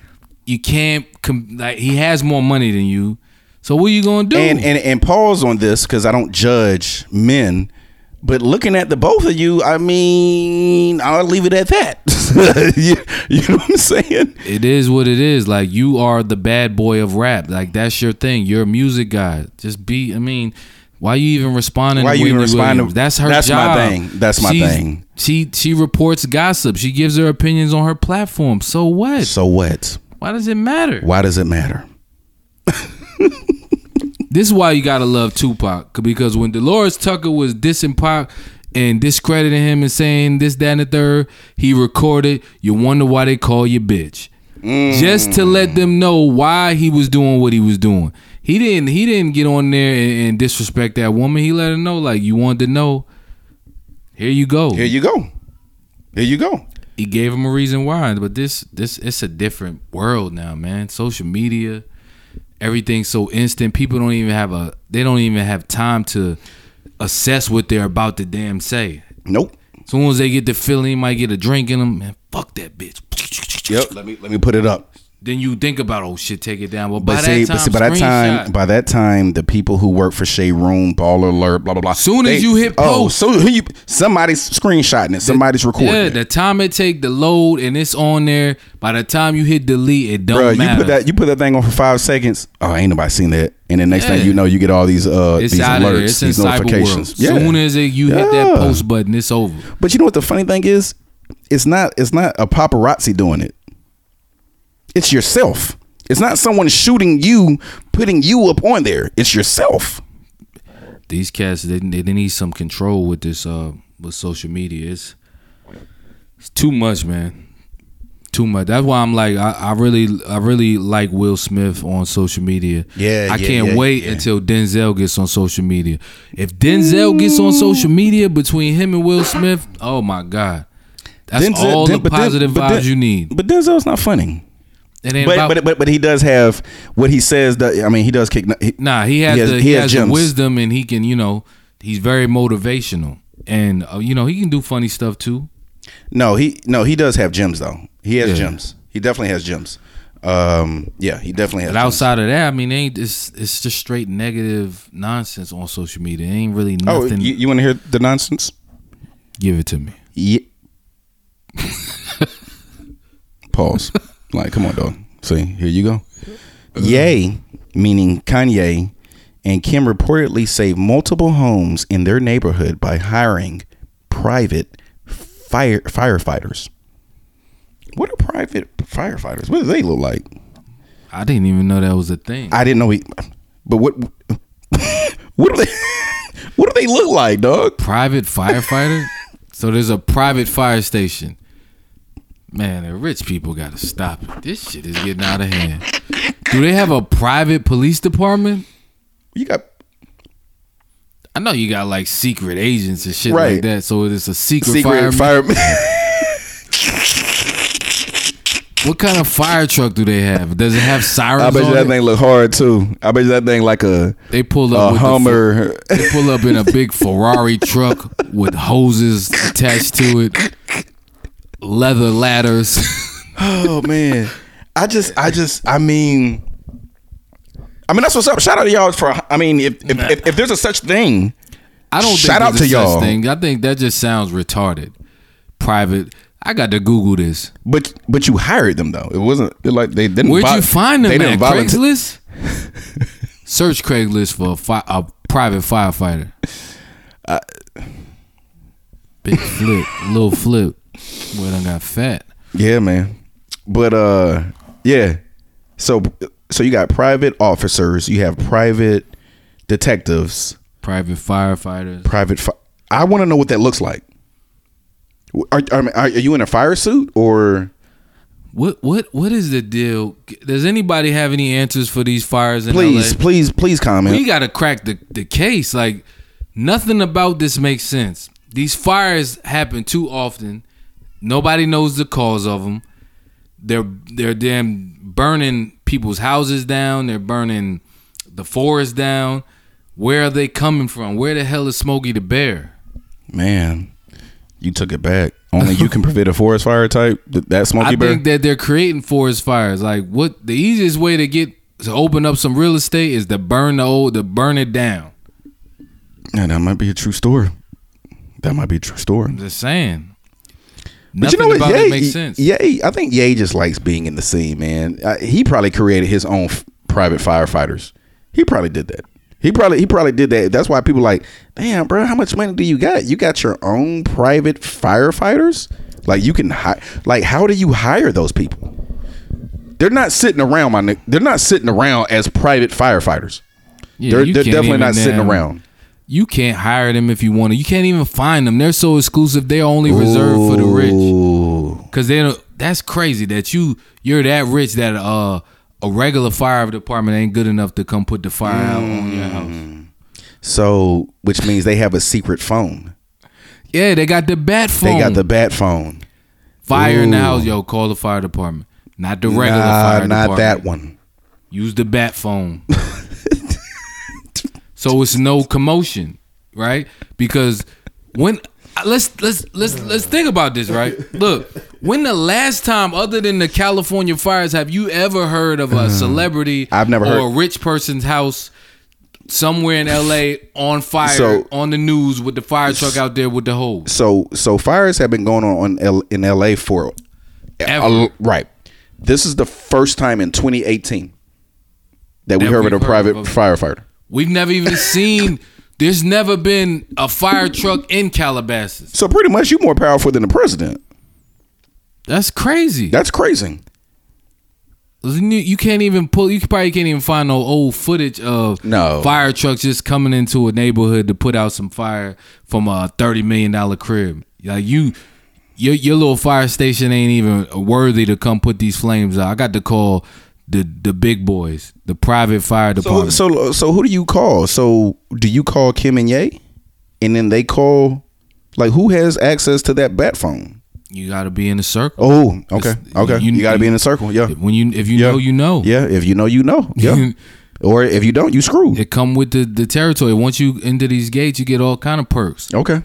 S2: you can't. Com- like he has more money than you. So what are you gonna do?
S1: and and and pause on this because I don't judge men. But looking at the both of you, I mean, I'll leave it at that. you, you know what I'm saying?
S2: It is what it is. Like you are the bad boy of rap. Like that's your thing. You're a music guy. Just be. I mean, why you even responding?
S1: Why
S2: to
S1: you even
S2: Whitney
S1: responding?
S2: Williams? That's her.
S1: That's my
S2: job.
S1: thing. That's my
S2: She's-
S1: thing.
S2: She she reports gossip. She gives her opinions on her platform. So what?
S1: So what?
S2: Why does it matter?
S1: Why does it matter?
S2: This is why you gotta love Tupac c- because when Dolores Tucker was dissing Pac and discrediting him and saying this, that, and the third, he recorded. You wonder why they call you bitch, just to let them know why he was doing what he was doing. He didn't. He didn't get on there and, and disrespect that woman. He let her know like you wanted to know. Here you go.
S1: Here you go. Here you go.
S2: he gave him a reason why. But this this it's a different world now, man. Social media, everything's so instant. People don't even have a they don't even have time to assess what they're about to damn say.
S1: Nope.
S2: As soon as they get the feeling, might get a drink in them, man. Fuck that bitch.
S1: Yep. Let me let me put it up.
S2: Then you think about oh shit, take it down. Well,
S1: But
S2: by
S1: see,
S2: that
S1: but
S2: time,
S1: see, by that time,
S2: screenshot.
S1: by that time, the people who work for Shea Room, Baller Alert, blah blah blah.
S2: Soon as you hit
S1: oh,
S2: post.
S1: so who you, somebody's screenshotting it, somebody's recording
S2: yeah,
S1: it.
S2: the time it take the load and it's on there. By the time you hit delete, it don't
S1: Bruh,
S2: matter.
S1: you put that you put that thing on for five seconds. Oh, ain't nobody seen that. And then next
S2: Yeah.
S1: thing you know, you get all these uh
S2: it's
S1: these
S2: out of there.
S1: alerts,
S2: It's in
S1: these
S2: cyber world.
S1: notifications. Yeah.
S2: Soon as it, you hit
S1: Yeah.
S2: that post button, it's over.
S1: but you know what the funny thing is? It's not it's not a paparazzi doing it. It's yourself. It's not someone shooting you, putting you up on there. It's yourself.
S2: These cats, they, they they need some control with this uh with social media. It's it's too much, man. Too much. That's why I'm like, I, I really, I really like Will Smith on social media.
S1: Yeah,
S2: I
S1: yeah,
S2: can't
S1: yeah,
S2: wait
S1: yeah.
S2: until Denzel gets on social media. If Denzel gets on social media between him and Will Smith, oh my god, that's
S1: Denzel-
S2: all
S1: Den-
S2: the
S1: but Den-
S2: positive
S1: but Den-
S2: vibes you need.
S1: But Denzel's not funny.
S2: It ain't
S1: But,
S2: about
S1: but but but he does have what he says. That, I mean, he does kick. He,
S2: Nah, he has,
S1: He has-
S2: the,
S1: he
S2: he
S1: has
S2: has the
S1: gems.
S2: wisdom, and he can, you know, he's very motivational, and uh, you know, he can do funny stuff too.
S1: No, he no, he does have gems though. He has
S2: Yeah.
S1: gems. He definitely has gems. Um, yeah, he definitely has.
S2: But outside of that, I mean, ain't it's it's just straight negative nonsense on social media. It ain't really
S1: gems. Oh,
S2: nothing.
S1: you, you want to hear the nonsense?
S2: Give it to me.
S1: Yeah. Pause. Like, come on, dog. See, here you go. Yay, meaning Kanye and Kim reportedly saved multiple homes in their neighborhood by hiring private fire firefighters. What are private firefighters? What do they look like?
S2: I didn't even know that was a thing.
S1: I didn't know he. But what? what do they? What do they look like, dog?
S2: private firefighter. so there's a private fire station. Man, the rich people gotta stop it. This shit is getting out of hand. Do they have a private police department?
S1: You got
S2: I know you got like secret agents and shit like
S1: Right.
S2: that. So it's a secret,
S1: secret
S2: fireman.
S1: fireman.
S2: What kind of fire truck do they have? Does it have sirens?
S1: I bet you
S2: on
S1: that
S2: it?
S1: thing look hard too. I bet you that thing like a
S2: They pull up
S1: a
S2: with
S1: Hummer.
S2: The, they pull up in a big Ferrari truck with hoses attached to it, leather ladders.
S1: oh man, I just, I just, I mean, I mean that's what's up. Shout out to y'all for. I mean, if if, if, if there's a such thing,
S2: I don't
S1: Shout
S2: think
S1: out
S2: there's a
S1: to
S2: such
S1: y'all.
S2: Thing. I think that just sounds retarded. Private. I got to Google this.
S1: but but you hired them though. It wasn't it like they didn't.
S2: Where'd
S1: vol-
S2: you find them
S1: They
S2: at
S1: didn't volunteer.
S2: Craigslist? Search Craigslist for a, fi- a private firefighter.
S1: Uh,
S2: Big flip, little flip. Boy, done got fat.
S1: Yeah, man. But uh, yeah. So so you got private officers. You have private detectives.
S2: Private firefighters.
S1: Private. Fi- I want to know what that looks like. Are, are are you in a fire suit or?
S2: What what what is the deal? Does anybody have any answers for these fires in
S1: Please,
S2: LA?
S1: please, please comment.
S2: We gotta crack the, the case. Like nothing about this makes sense. These fires happen too often. Nobody knows the cause of them. They're they're damn burning people's houses down. They're burning the forest down. Where are they coming from? Where the hell is Smokey the Bear?
S1: Man, you took it back. Only you can prevent a forest fire type. Th- That
S2: I
S1: smoky bear.
S2: think that they're creating forest fires. Like what the easiest way to get to open up some real estate is to burn the old to burn it down.
S1: Yeah, that might be a true story. That might be a true story.
S2: I'm just saying.
S1: But you
S2: Nothing
S1: know what?
S2: about
S1: Ye,
S2: it makes sense.
S1: Ye, I think Ye just likes being in the scene, man. Uh, he probably created his own f- private firefighters. He probably did that. He probably he probably did that. That's why people like, damn, bro, how much money do you got? You got your own private firefighters. Like you can hire. Like how do you hire those people? They're not sitting around, my nigga. They're not sitting around as private firefighters.
S2: Yeah,
S1: they're
S2: you
S1: they're
S2: can't
S1: definitely
S2: even
S1: not sitting
S2: damn-
S1: around.
S2: You can't hire them if you want to. You can't even find them. They're so exclusive. They're only reserved for the rich.
S1: Ooh.
S2: Cause they don't. That's crazy that you you're that rich that uh a regular fire department ain't good enough to come put the fire out on
S1: Mm.
S2: your house.
S1: So, which means they have a secret phone.
S2: Yeah, they got the bat phone.
S1: They got the bat phone.
S2: fire in the
S1: Ooh.
S2: house. Yo, call the fire department. Not the regular
S1: Nah,
S2: fire department.
S1: not that one.
S2: Use the bat phone. so it's no commotion, right? Because when let's let's let's let's think about this, right? Look, when the last time other than the California fires have you ever heard of a celebrity
S1: Mm. I've never
S2: or
S1: heard-
S2: a rich person's house somewhere in LA on fire
S1: So-
S2: on the news with the fire truck out there with the hose?
S1: So, so fires have been going on in, L- in LA for a-
S2: Ever.
S1: a- right. This is the first time in 2018 that we
S2: That
S1: heard
S2: we've
S1: of a
S2: heard
S1: private
S2: of-
S1: firefighter.
S2: We've never even seen there's never been a fire truck in Calabasas.
S1: So, pretty much, you're more powerful than the president.
S2: That's crazy.
S1: That's crazy.
S2: You you can't even pull. You probably can't even find no old footage of
S1: No.
S2: fire trucks just coming into a neighborhood to put out some fire from a thirty million dollar crib. Like you, your your little fire station ain't even worthy to come put these flames out. I got to call the the big boys, the private fire
S1: So,
S2: department.
S1: so, so, who do you call? So, do you call Kim and Ye, and then they call? Like, who has access to that bat phone?
S2: you got to be in a circle.
S1: Oh, okay,
S2: It's-
S1: okay. You,
S2: you-
S1: got to be
S2: you-
S1: in a circle. Yeah,
S2: When you if you
S1: Oh, Yeah.
S2: know you know.
S1: Yeah, if you know, you know. Yeah. or if you don't, you screwed.
S2: It come with the, the territory. Once you into these gates, you get all kind of perks.
S1: Okay.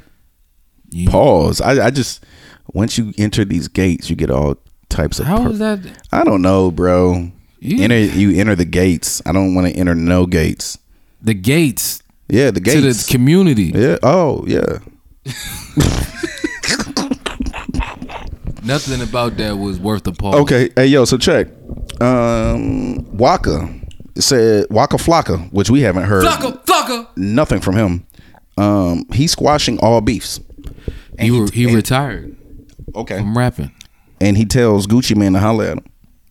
S2: You-
S1: Pause. I, I just once you enter these gates, you get all types of.
S2: How
S1: per-
S2: is that?
S1: I don't know, bro.
S2: You-
S1: Enter you enter the gates. I don't want to enter no gates.
S2: The gates,
S1: Yeah, the
S2: to the
S1: gates.
S2: community.
S1: yeah. Oh, yeah.
S2: Nothing about that was worth a pause.
S1: Okay. Hey, yo. So check. Um, Waka said Waka Flocka, which we haven't heard
S2: Flocka, flocka.
S1: nothing from him. Um, he's squashing all beefs.
S2: He, re- he retired
S1: Okay.
S2: from rapping.
S1: and he tells Gucci man to holler at him.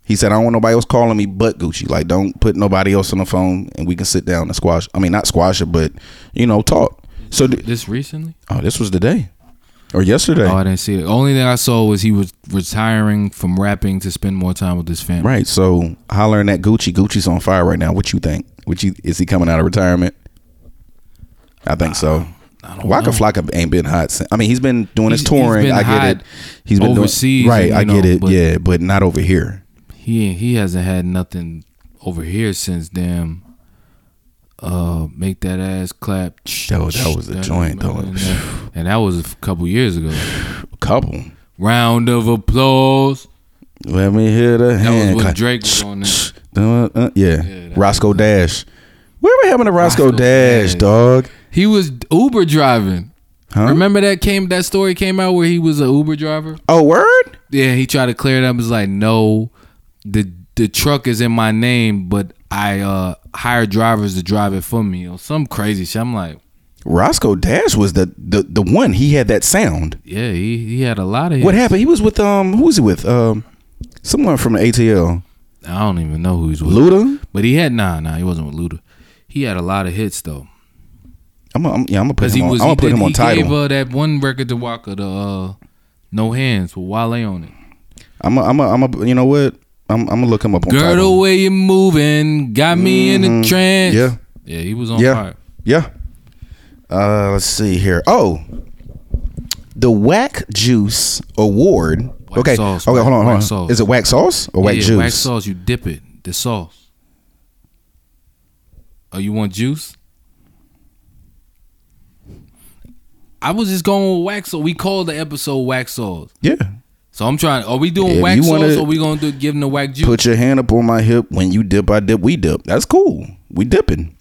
S1: He said, "I don't want nobody else calling me but Gucci. Like, don't put nobody else on the phone, and we can sit down and squash. I mean, not squash it, but you know, talk." So, th-
S2: This recently?
S1: oh, this was the day, or yesterday,
S2: Oh, I didn't see it. The only thing I saw was he was retiring from rapping to spend more time with his family.
S1: right? So, hollering at Gucci. Gucci's on fire right now. What you think? What you is he coming out of retirement? I think so.
S2: Uh, I don't
S1: Waka
S2: know.
S1: Flocka ain't been hot. Since, I mean, he's been doing his
S2: He's- he's
S1: touring.
S2: been
S1: I get
S2: hot
S1: it. He's been doing-
S2: overseas,
S1: right?
S2: you
S1: I get
S2: know,
S1: it.
S2: but-
S1: yeah, but not over here.
S2: He ain't- he hasn't had nothing over here since damn. Uh, make that ass clap.
S1: That was- that was a joint, though.
S2: and that was a couple years ago.
S1: Couple.
S2: Round of applause.
S1: Let me hear the
S2: That
S1: hand
S2: was when
S1: clap.
S2: Drake was on there.
S1: Uh, uh, yeah.
S2: that-
S1: Roscoe Dash. Whatever happened to Roscoe,
S2: Roscoe
S1: Dash,
S2: Dash.
S1: dog?
S2: He was Uber driving.
S1: Huh?
S2: Remember that came that story came out where he was an Uber driver.
S1: Oh, word?
S2: Yeah, he tried to clear it up. It's like no, the the truck is in my name, but I uh hire drivers to drive it for me or some crazy shit. I'm like,
S1: Roscoe Dash was the, the the one. He had that sound.
S2: yeah, he he had a lot of
S1: What
S2: hits.
S1: happened? He was with um who was he with? Um someone from the ATL.
S2: I don't even know who he's with,
S1: Luda?
S2: but he had nah nah he wasn't with Luda. He had a lot of hits though.
S1: I'm, I'm yeah, I'm gonna put
S2: 'Cause
S1: him
S2: he
S1: on,
S2: was
S1: I'm
S2: he
S1: gonna put
S2: did-
S1: him on
S2: he gave
S1: title.
S2: uh, that one record to Walker the uh, No Hands with Wale on it.
S1: I'm a, I'm a, I'm a, you know what? I'm I'm gonna look him up on
S2: Girl, the
S1: title.
S2: way you moving got me in a trance.
S1: Yeah.
S2: yeah, he was on
S1: Yeah.
S2: fire.
S1: Yeah. Uh let's see here. Oh. The Whack Juice Award.
S2: Whack
S1: okay.
S2: sauce,
S1: okay, hold on,
S2: whack
S1: hold on.
S2: sauce.
S1: Is it Whack Sauce or Whack
S2: yeah,
S1: Juice?
S2: Whack sauce, you dip it. The sauce. Oh, you want juice? I was just going with wax sauce. We called the episode wax sauce.
S1: Yeah.
S2: So I'm trying. Are we doing
S1: If
S2: wax
S1: you
S2: sauce
S1: wanna-
S2: or we gonna do give them the whack juice?
S1: Put your hand up on my hip. When you dip, I dip. We dip. That's cool. We dipping.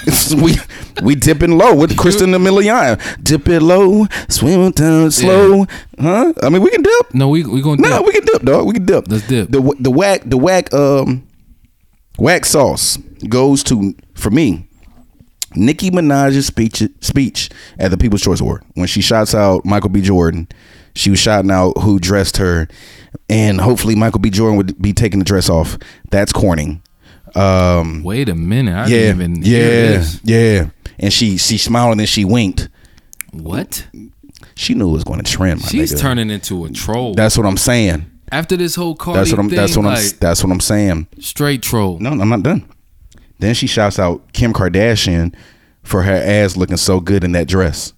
S1: we we dipping low with Kristen Milian. Dip it low, swim down slow. Huh? I mean, we can dip.
S2: No, we we going.
S1: No, we can dip, dog. We can dip.
S2: Let's dip.
S1: The the whack the whack um whack sauce goes to for me. Nicki Minaj's speech speech at the People's Choice Award when she shouts out Michael B. Jordan, she was shouting out who dressed her, and hopefully Michael B. Jordan would be taking the dress off. That's corning. Um,
S2: Wait a minute. I
S1: yeah,
S2: didn't even.
S1: yeah,
S2: Hear this.
S1: yeah. And she she smiled and she winked.
S2: What?
S1: She knew it was going to trend. My
S2: She's
S1: nigga.
S2: turning into a troll.
S1: That's what I'm saying.
S2: After this whole Cardi
S1: That's what I'm.
S2: thing,
S1: That's what I'm.
S2: like,
S1: That's what I'm saying.
S2: straight troll.
S1: No, I'm not done. Then she shouts out Kim Kardashian for her ass looking so good in that dress.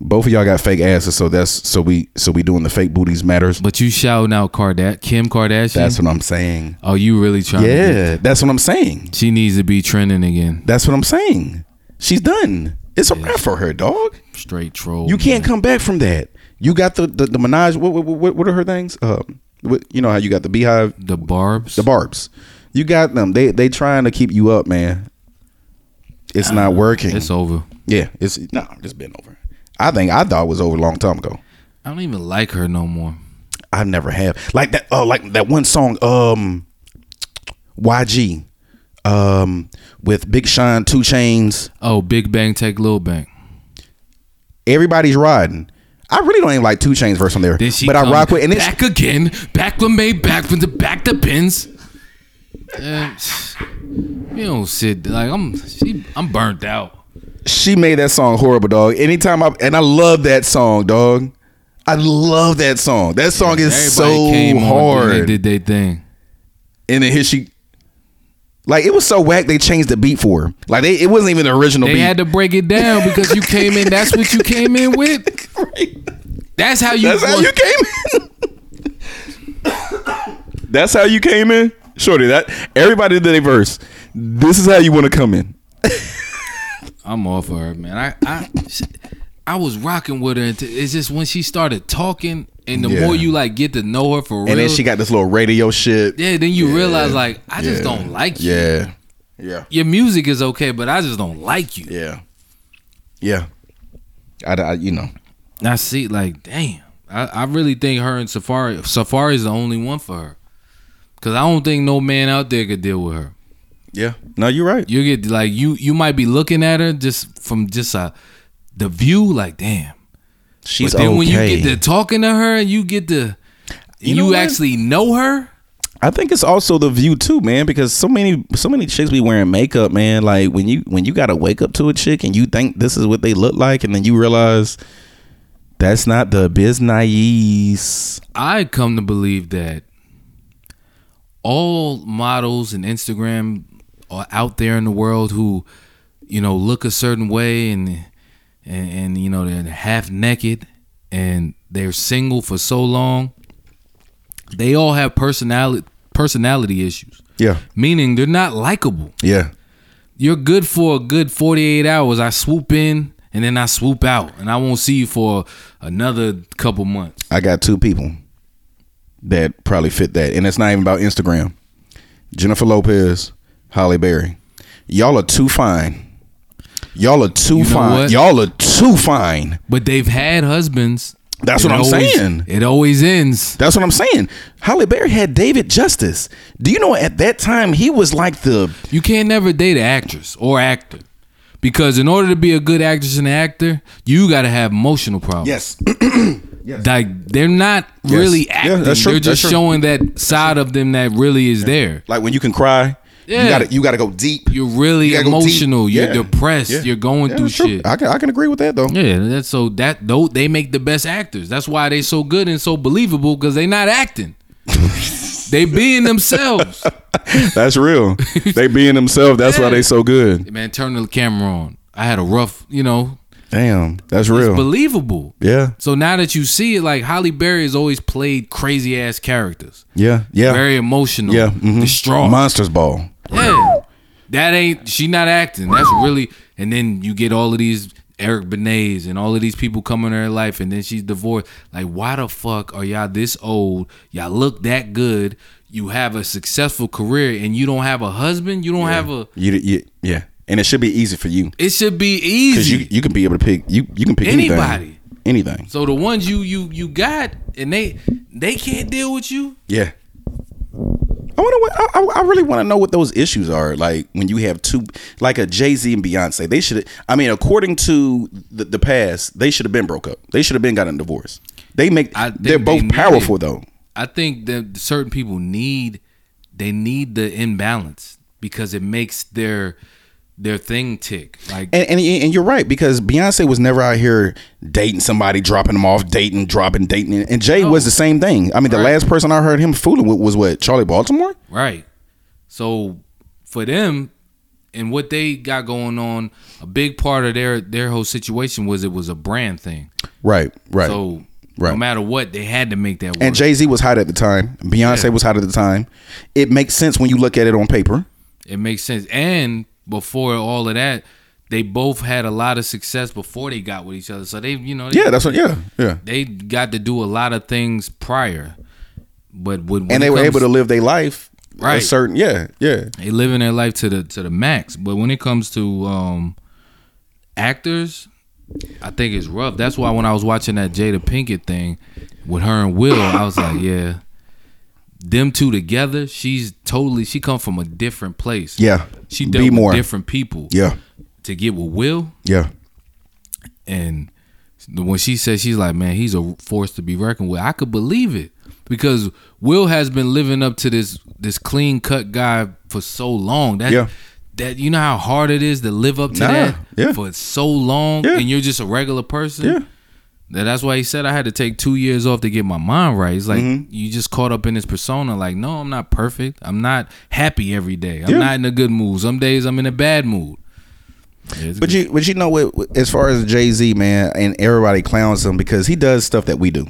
S1: Both of y'all got fake asses, so that's so we so we doing the fake booties matters.
S2: But you shouting out Karda- Kim Kardashian.
S1: That's what I'm saying.
S2: oh, you really trying? to get-
S1: Yeah, that's what I'm saying.
S2: she needs to be trending again.
S1: That's what I'm saying. She's done. It's a wrap for her, dog.
S2: Straight troll.
S1: You can't come back from that. You got the the, the Minaj. What, what what what are her things? Uh, what, you know how you got the beehive,
S2: The barbs.
S1: the barbs. You got them. They they trying to keep you up, man. It's not working.
S2: it's over.
S1: yeah, it's no. It's been over. I think I thought it was over a long time ago.
S2: I don't even like her no more.
S1: I never have like that. Oh, like that one song. Um, YG, um, with Big Sean, Two Chains.
S2: Oh, Big Bang take Lil Bang.
S1: Everybody's riding. I really don't even like Two Chains verse on there,
S2: Then she
S1: but I
S2: come
S1: rock with and it's
S2: back again. Back LeMay, back from the back the pins. Uh, you don't sit like I'm. She, I'm burnt out.
S1: she made that song horrible, dog. Anytime I and I love that song, dog. I love that song. That song is so
S2: On, and
S1: hard.
S2: they did their thing.
S1: and then here she, like, it was so whack. They changed the beat for her. Like, they, it wasn't even the original
S2: They
S1: beat.
S2: had to break it down because you came in. That's what you came in with. That's how you.
S1: That's how you came in. That's how you came in, shorty. That everybody did a verse. This is how you want to come in.
S2: I'm off of her, man. I I, I was rocking with her. Until, it's just when she started talking, and the
S1: Yeah.
S2: more you like get to know her for real,
S1: And then she got this little radio shit.
S2: yeah, then you realize like I just don't like you.
S1: Yeah, yeah.
S2: Your music is okay, but I just don't like you.
S1: Yeah. Yeah. I, I you know.
S2: I see, like, damn. I, I really think her and Safari Safari's the only one for her. Cause I don't think no man out there could deal with her.
S1: Yeah. No, you're right.
S2: You get like you you might be looking at her just from just a the view, like damn.
S1: She's
S2: but then
S1: okay.
S2: when you get to talking to her and you get to
S1: You
S2: you,
S1: know what?
S2: actually know her,
S1: I think it's also the view too, man, because so many so many chicks be wearing makeup, man. Like when you when you got to wake up to a chick and you think this is what they look like and then you realize that's not the business.
S2: I come to believe that all models and Instagram are out there in the world who, you know, look a certain way and and, and you know they're half naked and they're single for so long. They all have personality personality issues,
S1: Yeah.
S2: meaning they're not likable.
S1: Yeah.
S2: You're good for a good 48 hours. I swoop in and then I swoop out, and I won't see you for another couple months.
S1: I got two people that probably fit that. And it's not even about Instagram. Jennifer Lopez, Holly Berry. Y'all are too fine. Y'all are too
S2: You know
S1: fine.
S2: what?
S1: Y'all are too fine.
S2: But they've had husbands.
S1: That's
S2: It
S1: what I'm
S2: always-
S1: saying.
S2: It always ends.
S1: That's what I'm saying. Holly Berry had David Justice. Do you know at that time he was like the
S2: You can't never date an actress or actor. Because in order to be a good actress and actor, you gotta have emotional problems.
S1: yes,
S2: Like they're not really
S1: Yeah,
S2: acting.
S1: that's true.
S2: They're just
S1: That's true.
S2: showing that side of them that really is there.
S1: like when you can cry.
S2: Yeah.
S1: you got to you got to go deep.
S2: You're really
S1: gotta go deep.
S2: emotional. You're
S1: Yeah.
S2: depressed.
S1: Yeah.
S2: You're going
S1: Yeah,
S2: through
S1: that's true.
S2: shit.
S1: I can I can agree with that though.
S2: yeah, that's so that though they make the best actors. That's why they so good and so believable because they not acting. they being themselves.
S1: That's real. they being themselves. That's why they so good.
S2: Man, turn the camera on. I had a rough, you know,
S1: Damn, that's real.
S2: believable.
S1: yeah,
S2: So now that you see it, like Holly Berry has always played crazy ass characters,
S1: yeah, yeah,
S2: very um, emotional,
S1: yeah. mhm.
S2: distraught.
S1: Monsters Ball.
S2: yeah, that ain't she not acting. That's really. And then you get all of these Eric Benays and all of these people coming in her life, and then she's divorced. Like, why the fuck are y'all this old? Y'all look that good. You have a successful career, and you don't have a husband. You don't have a
S1: You, you yeah. and it should be easy for you
S2: It should be
S1: because
S2: easy.
S1: you you can be able to pick you you can pick
S2: Anybody.
S1: anything, anything.
S2: so the ones you you you got and they they can't deal with you.
S1: Yeah. I wonder what I, I- I really want to know what those issues are. Like when you have two, like a Jay Z and Beyonce, they should. I mean, according to the, the past, they should have been broke up. They should have been gotten a divorce. They make
S2: I think
S1: they're
S2: they
S1: both
S2: need
S1: powerful
S2: it.
S1: though.
S2: I think that certain people need they need the imbalance because it makes their their thing tick. Like
S1: And, and and you're right because Beyonce was never out here dating somebody, dropping them off, dating, dropping, dating, and Jay was the same thing. I mean, the
S2: Oh. Right.
S1: last person I heard him fooling with was what Charlie Baltimore.
S2: Right. So for them and what they got going on, a big part of their their whole situation was it was a brand thing.
S1: Right, right.
S2: So no
S1: Right.
S2: matter what, they had to make that work.
S1: and Jay Z was hot at the time. Beyonce was hot at the time. It makes sense when you look at it on paper.
S2: it makes sense. And before all of that, they both had a lot of success before they got with each other. So they, you know, they,
S1: Yeah, that's what. Yeah, yeah.
S2: they got to do a lot of things prior. But when, when
S1: And they
S2: it
S1: were
S2: comes-
S1: able to live their life. A
S2: Right.
S1: certain. Yeah, yeah.
S2: they living their life to the to the max. But when it comes to um actors, I think it's rough. That's why when I was watching that Jada Pinkett thing with her and Will, I was like, yeah, them two together, she's totally she come from a different place.
S1: Yeah.
S2: she
S1: Be
S2: dealt with
S1: more.
S2: different people.
S1: Yeah,
S2: to get with Will
S1: yeah.
S2: and when she says she's like, man, he's a force to be reckoned with. I could believe it because Will has been living up to this this clean cut guy for so long. That
S1: Yeah.
S2: that you know how hard it is to live up to
S1: Nah,
S2: that
S1: yeah.
S2: for so long,
S1: Yeah.
S2: and you're just a regular person.
S1: Yeah.
S2: That- That's why he said I had to take two years off to get my mind right. It's like
S1: Mm-hmm.
S2: you just caught up in this persona. Like, no, I'm not perfect. I'm not happy every day. I'm
S1: Yeah.
S2: not in a good mood. Some days I'm in a bad mood. Yeah, it's
S1: But you, but you know what? As far as Jay Z, man, and everybody clowns him because he does stuff that we do.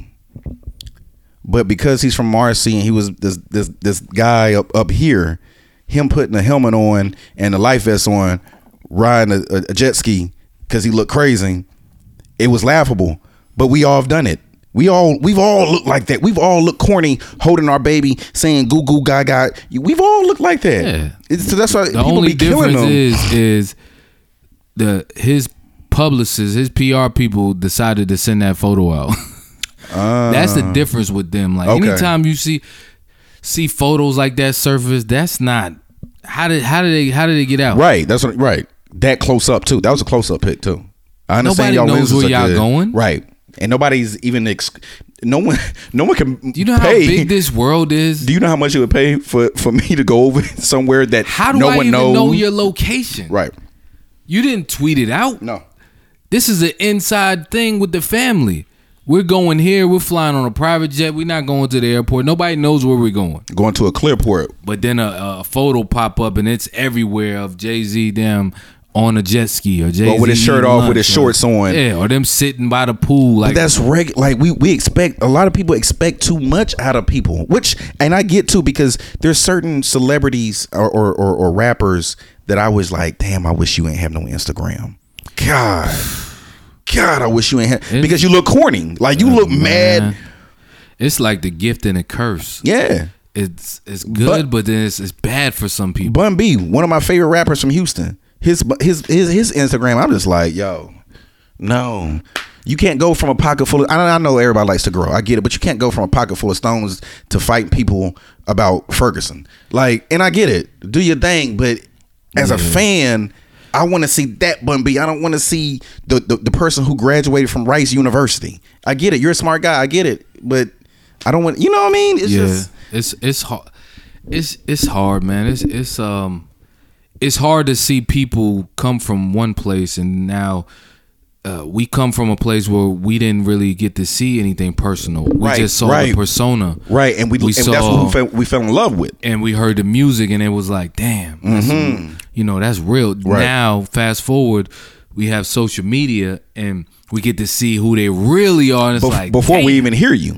S1: But because he's from Marcy and he was this this this guy up up here, him putting a helmet on and a life vest on, riding a, a jet ski because he looked crazy, it was laughable. But we all have done it. We all we've all looked like that. We've all looked corny holding our baby, saying "goo goo gaga." We've all looked like that.
S2: Yeah.
S1: It's, so that's why
S2: the
S1: people
S2: only
S1: be killing
S2: difference
S1: them.
S2: is is the his publicists, his PR people decided to send that photo out. that's the difference with them. Like
S1: Ah. okay.
S2: anytime you see see photos like that surface, that's not how did how did they how did they get out?
S1: Right. That's what, right. That close up too. That was a close up pick too. I understand
S2: Nobody
S1: y'all
S2: knows
S1: lenses
S2: where
S1: are
S2: y'all
S1: good.
S2: going.
S1: Right. And nobody's even ex- no one no one can
S2: You know how
S1: pay.
S2: big this world is.
S1: Do you know how much it would pay for for me to go over somewhere that
S2: How do
S1: no
S2: I
S1: one
S2: even
S1: knows?
S2: know your location?
S1: right.
S2: You didn't tweet it out.
S1: No.
S2: This is an inside thing with the family. We're going here. We're flying on a private jet. We're not going to the airport. Nobody knows where we're going.
S1: Going to a clearport.
S2: But then a, a photo pop up and it's everywhere of Jay Z them on a jet ski or Jay Z
S1: with his shirt off, with his shorts on.
S2: yeah, or them sitting by the pool like
S1: That's reg like we we expect a lot of people expect too much out of people, which and I get too because there's certain celebrities or or, or, or rappers that I was like, damn, I wish you ain't have no Instagram. God, God, I wish you ain't have because you look corny, like you look
S2: Oh, man.
S1: mad.
S2: It's like the gift and a curse.
S1: Yeah,
S2: It's it's good, but, then it's, it's bad for some people.
S1: Bun B, one of my favorite rappers from Houston. His his his his Instagram, I'm just like, yo, no. You can't go from a pocket full of I know- I know everybody likes to grow. I get it, but you can't go from a pocket full of stones to fight people about Ferguson. Like, and I get it. Do your thing, but as a fan, I want to see that Bun B. I don't want to see the, the the person who graduated from Rice University. I get it. You're a smart guy. I get it. But I don't want you know what I mean? It's
S2: yeah,
S1: just
S2: it's it's hard. It's it's hard, man. It's it's um, it's hard to see people come from one place and now. Uh, we come from a place where we didn't really get to see anything personal. We
S1: Right,
S2: just saw
S1: right.
S2: the persona,
S1: Right, and we,
S2: We
S1: and that's what
S2: saw-
S1: we fell, we fell in love with.
S2: and we heard the music and it was like damn that's-
S1: Mm-hmm.
S2: you know that's real now fast forward we have social media and we get to see who they really are and it's
S1: Bef-
S2: like
S1: before we
S2: damn.
S1: even hear you.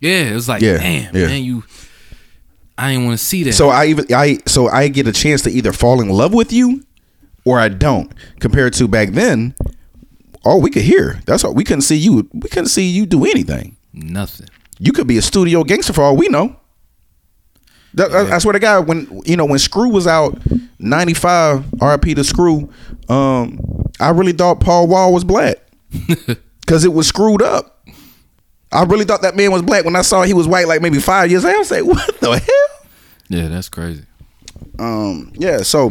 S2: yeah it's like
S1: Yeah,
S2: damn
S1: yeah.
S2: man you i didn't want to see that
S1: So I even I so I get a chance to either fall in love with you or I don't. Compared to back then, all we could hear. That's all we couldn't see you. We couldn't see you do anything.
S2: nothing
S1: You could be a studio gangster for all we know. That, I, I swear to God, when you know when Screw was out, ninety five RP to Screw, um, I really thought Paul Wall was black because it was screwed up. I really thought that man was black when I saw he was white, like maybe five years. later. I was like, what the hell?
S2: Yeah, that's crazy.
S1: Um, yeah. So,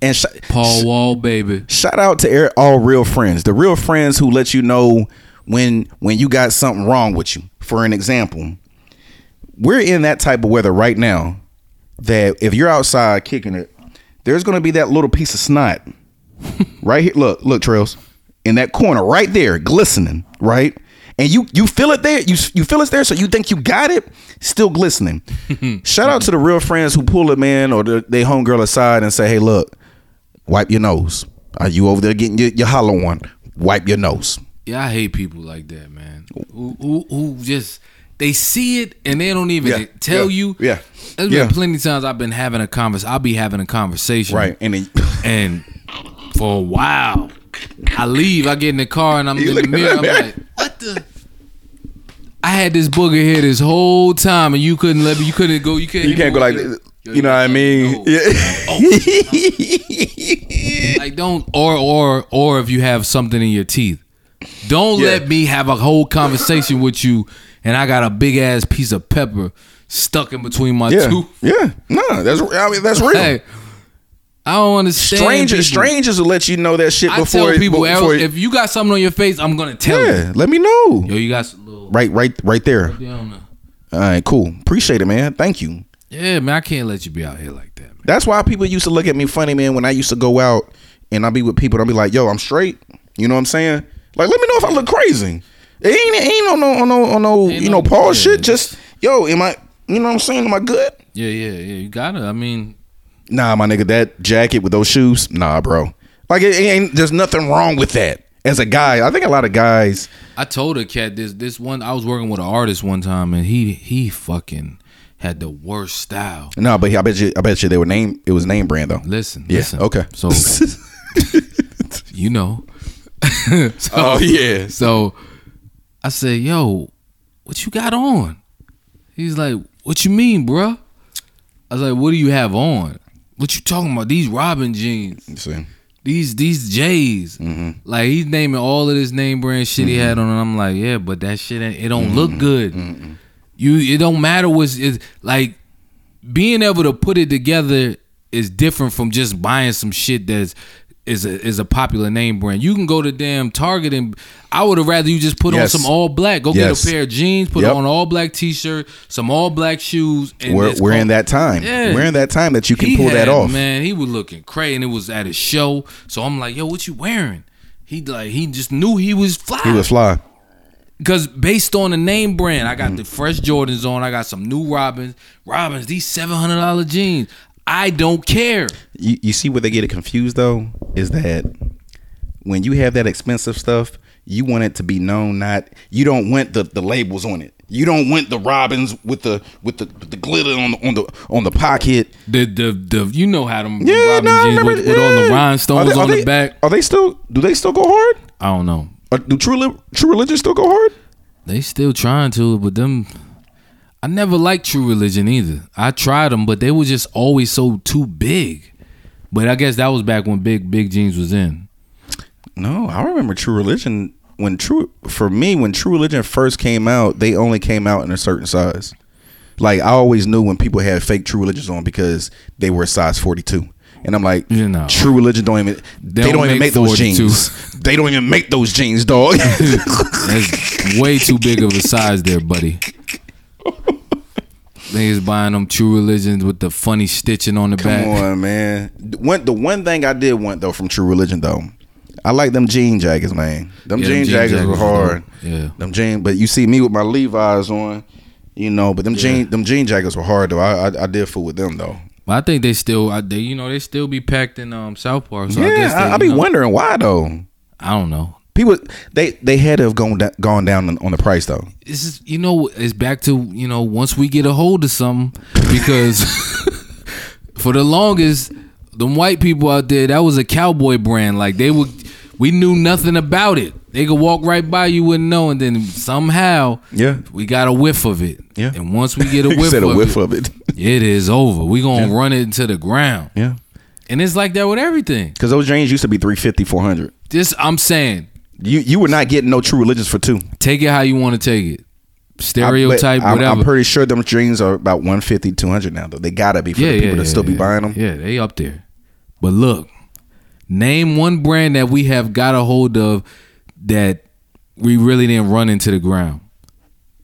S1: and sh-
S2: Paul Wall, baby.
S1: shout out to er- all real friends the real friends who let you know when when you got something wrong with you for an example we're in that type of weather right now that if you're outside kicking it there's going to be that little piece of snot right here look look trails in that corner right there glistening right and you you feel it there you you feel it there so you think you got it still glistening shout out to the real friends who pull a man or the, they homegirl aside and say hey look wipe your nose are you over there getting your, your hollow one wipe your nose
S2: Yeah, I hate people like that, man. Who, who, who just they see it and they don't even
S1: Yeah,
S2: tell
S1: yeah,
S2: you.
S1: yeah,
S2: there's
S1: yeah.
S2: been plenty of times I've been having a convers. I'll be having a conversation,
S1: right and then
S2: And for a while, I leave. I get in the car and I'm in the
S1: look at
S2: mirror. I'm
S1: that, man.
S2: like, what the. I had this booger here this whole time, and you couldn't let me. You couldn't go. You couldn't.
S1: you can't go like this. you know what i mean yeah.
S2: like don't or or or if you have something in your teeth don't
S1: Yeah.
S2: let me have a whole conversation with you and i got a big ass piece of pepper stuck in between my
S1: yeah
S2: tooth
S1: yeah no that's i mean that's real
S2: hey i don't understand
S1: strangers
S2: people.
S1: strangers will let you know that shit
S2: i
S1: before
S2: tell
S1: it-
S2: people
S1: before
S2: "Errol,
S1: it-
S2: if you got something on your face i'm gonna tell you
S1: yeah let me know
S2: yo you got some little
S1: right right right there
S2: down
S1: all right cool appreciate it man thank you
S2: yeah man i can't let you be out here like that man.
S1: That's why people used to look at me funny, man, when I used to go out and I'd be with people. I'd be like, yo, I'm straight. You know what I'm saying? Like, let me know if I look crazy. It ain't, it ain't on no, on no, on no,
S2: Ain't
S1: you
S2: no-
S1: know, Paul
S2: yeah.
S1: shit. Just, yo, am I, you know what I'm saying? Am I good?
S2: yeah yeah yeah you gotta i mean
S1: Nah, my nigga, that jacket with those shoes, nah, bro. Like, it ain't, there's nothing wrong with that. As a guy, I think a lot of guys,
S2: I told a cat this this one I was working with an artist one time and he he fucking had the worst style.
S1: nah, but I bet you, I bet you they were name, it was name brand though.
S2: Listen,
S1: Yeah,
S2: listen.
S1: okay.
S2: So you know. so,
S1: yeah.
S2: so I said, "Yo, what you got on?" He's like, "What you mean, bruh? I was like, "What do you have on?" What you talking about? These Robin jeans,
S1: You see?
S2: these these J's,
S1: Mm-hmm.
S2: like he's naming all of this name brand shit he had on, and I'm like, yeah, but that shit ain't, it don't
S1: Mm-hmm.
S2: look good. You it don't matter what's it, like being able to put it together is different from just buying some shit that's is a, is a popular name brand. You can go to damn Target and I would have rather you just put
S1: Yes.
S2: on some all black. Go
S1: Yes.
S2: get a pair of jeans, put
S1: Yep.
S2: on an all black t shirt, some all black shoes. And
S1: We're,
S2: it's
S1: we're
S2: called-
S1: in that time.
S2: Yeah.
S1: We're in that time that you can
S2: he
S1: pull
S2: had-
S1: that off.
S2: Man, he was looking crazy, and it was at a show. So I'm like, yo, what you wearing? He like he just knew he was fly.
S1: He was fly.
S2: Cause based on the name brand, I got the fresh Jordans on. I got some new Robins. Robins, these seven hundred dollar jeans. I don't care.
S1: you, you see where they get it confused though is that when you have that expensive stuff you want it to be known not you don't want the, the labels on it you don't want the robins with the with the, with the glitter on the on the on the pocket
S2: The the the you know how them
S1: yeah
S2: Robin
S1: no I
S2: jeans
S1: remember
S2: with, with all the
S1: yeah.
S2: rhinestones
S1: Are they- are
S2: on the
S1: they-
S2: back.
S1: are they still do they still go hard
S2: I don't know.
S1: Or do true Li- true religion still go hard
S2: They still trying to, but them. I never liked True Religion either. I tried them, but they were just always so too big. But I guess that was back when Big Big Jeans was in.
S1: no i remember true religion when true for me when true religion first came out they only came out in a certain size like i always knew when people had fake true religions on because they were a size 42 and i'm like
S2: You know.
S1: true religion don't even they, don't,
S2: don't
S1: even make
S2: make
S1: those
S2: 42.
S1: jeans they don't even make those jeans dog
S2: That's way too big of a size there, buddy. Niggas buying them True Religions with the funny stitching on the
S1: come
S2: back.
S1: on man The one, the one thing i did want though from true religion though I like them jean jackets, man. Them
S2: Yeah, them
S1: jean
S2: jean
S1: jackets were
S2: jackets were
S1: hard.
S2: dope. Yeah.
S1: Them jean, but you see me with my Levi's on, you know. But them jean, them jean jackets were hard though. I, I, I did fool with them though.
S2: But I think they still, I, they you know, they still be packed in um South Park. So I
S1: yeah,
S2: guess they,
S1: I, I,
S2: you
S1: be
S2: know,
S1: wondering why though.
S2: I don't know.
S1: People, they they had to have gone da- gone down on, on the price though.
S2: This is you know, it's back to you know, once we get a hold of something, because for the longest, them white people out there, that was a cowboy brand. Like they would, we knew nothing about it. They could walk right by you, wouldn't know, and then somehow,
S1: Yeah.
S2: we got a whiff of it.
S1: Yeah.
S2: and once we get a whiff,
S1: said
S2: of,
S1: a whiff
S2: it,
S1: of it.
S2: it is over. We gonna run it into the ground.
S1: Yeah.
S2: And it's like that with everything.
S1: Because those drains used to be 350, 400.
S2: This I'm saying,
S1: You you were not getting no true religions for two.
S2: take it how you want to take it.
S1: I- but
S2: Stereotype,
S1: I'm,
S2: whatever.
S1: I'm pretty sure them drains are about 150, 200 now though. They gotta be for the people that still be
S2: yeah.
S1: buying them.
S2: Yeah, they up there. But look, name one brand that we have got a hold of that we really didn't run into the ground.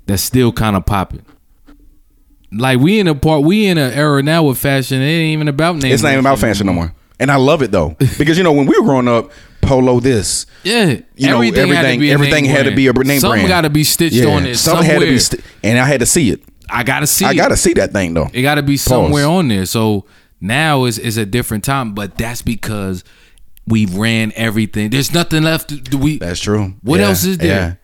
S2: That's still kind of popping. Like we in a part, we in an era now with fashion. It ain't even about name.
S1: It's not even about fashion no more. And I love it though because you know when we were growing up, polo this.
S2: Yeah,
S1: You know, everything-
S2: a
S1: everything
S2: name
S1: had to be a name
S2: Something
S1: brand.
S2: got to be stitched
S1: Yeah,
S2: on it.
S1: something had to be, st-
S2: somewhere.
S1: and I had to see it.
S2: I gotta see.
S1: I
S2: it.
S1: gotta see that thing though.
S2: It got to be somewhere on there. So now is is a different time, but that's because we ran everything. There's nothing left. to- Do we?
S1: That's true.
S2: What else is there?
S1: yeah.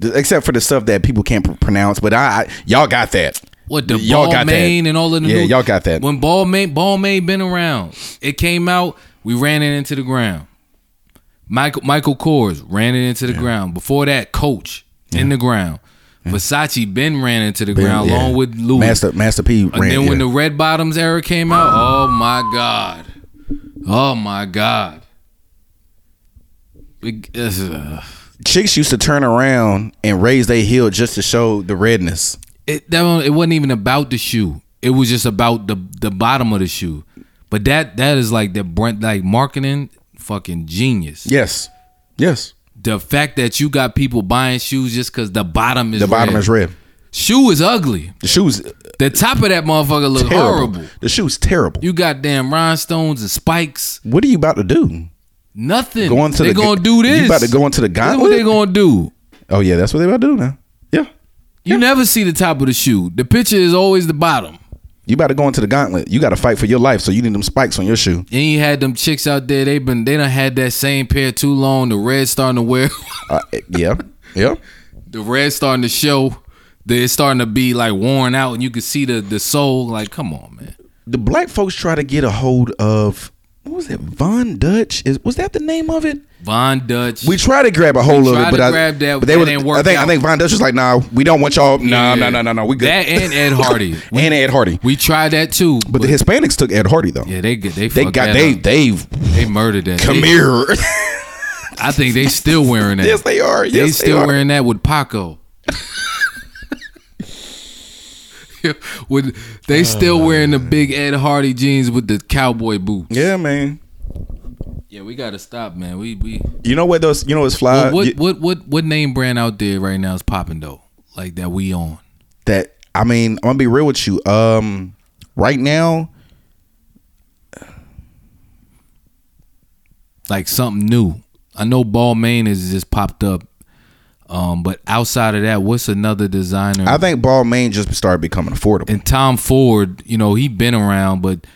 S1: Th- Except for the stuff that people can't pr- pronounce, but I, I y'all got that.
S2: What the
S1: Y'all
S2: ball
S1: got that.
S2: main and all of the
S1: Yeah,
S2: new-
S1: y'all got that.
S2: When ball main ball main been around, it came out. We ran it into the ground. Michael Michael Kors ran it into the ground. Before that, Coach in the ground. Versace Ben ran into the ground
S1: Yeah.
S2: along with Louis.
S1: Master Master P.
S2: And
S1: ran,
S2: then when
S1: yeah.
S2: the Red Bottoms era came out, oh my god, oh my god, Big- ugh.
S1: chicks used to turn around and raise their heel just to show the redness.
S2: it that one, it wasn't even about the shoe. It was just about the the bottom of the shoe. But that that is like the brand like marketing fucking genius.
S1: Yes, yes.
S2: The fact that you got people buying shoes just because the bottom is
S1: The bottom
S2: red.
S1: is red.
S2: Shoe is ugly.
S1: The shoes
S2: The top of that motherfucker look
S1: terrible.
S2: horrible.
S1: The shoes terrible.
S2: You got damn rhinestones and spikes.
S1: what are you about to do?
S2: Nothing.
S1: Go on to
S2: they
S1: the-
S2: gonna do
S1: you
S2: this.
S1: about to go into the
S2: This is
S1: gauntlet?
S2: What they gonna do?
S1: Oh yeah, that's what they about to do now. Yeah,
S2: You never see the top of the shoe. The picture is always the bottom.
S1: you about to go into the gauntlet. You got to fight for your life, so you need them spikes on your shoe.
S2: And you had them chicks out there. They been they done had that same pair too long. The red starting to wear.
S1: Uh, yeah, yeah.
S2: the red starting to show. The, it's starting to be like worn out, and you can see the the sole. Like, come on, man.
S1: the black folks try to get a hold of what was it? Von Dutch is was that the name of it?
S2: Von Dutch.
S1: We tried to grab a hold of
S2: tried
S1: it, but
S2: to
S1: I
S2: grab that,
S1: but they
S2: that
S1: were.
S2: didn't
S1: I
S2: work
S1: think I
S2: out.
S1: think Von Dutch was like, "Nah, we don't want y'all. Nah,
S2: Yeah.
S1: nah, nah, nah, nah. We good."
S2: that and Ed Hardy. We,
S1: and Ed Hardy,
S2: we tried that too.
S1: but the Hispanics took Ed Hardy though.
S2: yeah, they get they
S1: they
S2: fucked
S1: got
S2: that
S1: they
S2: up.
S1: they've
S2: they murdered that.
S1: come
S2: They-
S1: here.
S2: I think they still wearing that.
S1: yes, they are.
S2: They
S1: Yes, they,
S2: still
S1: are.
S2: wearing that with Paco. with they still wearing the big Ed Hardy jeans with the cowboy boots.
S1: yeah, man.
S2: Yeah, we gotta stop, man. We we
S1: You know what those? You know what's fly?
S2: what
S1: You-
S2: what what what name brand out there right now is popping though? Like that we on.
S1: that I mean, I'm gonna be real with you. Um, right now,
S2: Like something new. I know Ball Main has just popped up. Um, but outside of that, what's another designer?
S1: I think Ball Main just started becoming affordable.
S2: and Tom Ford, you know, he been around, but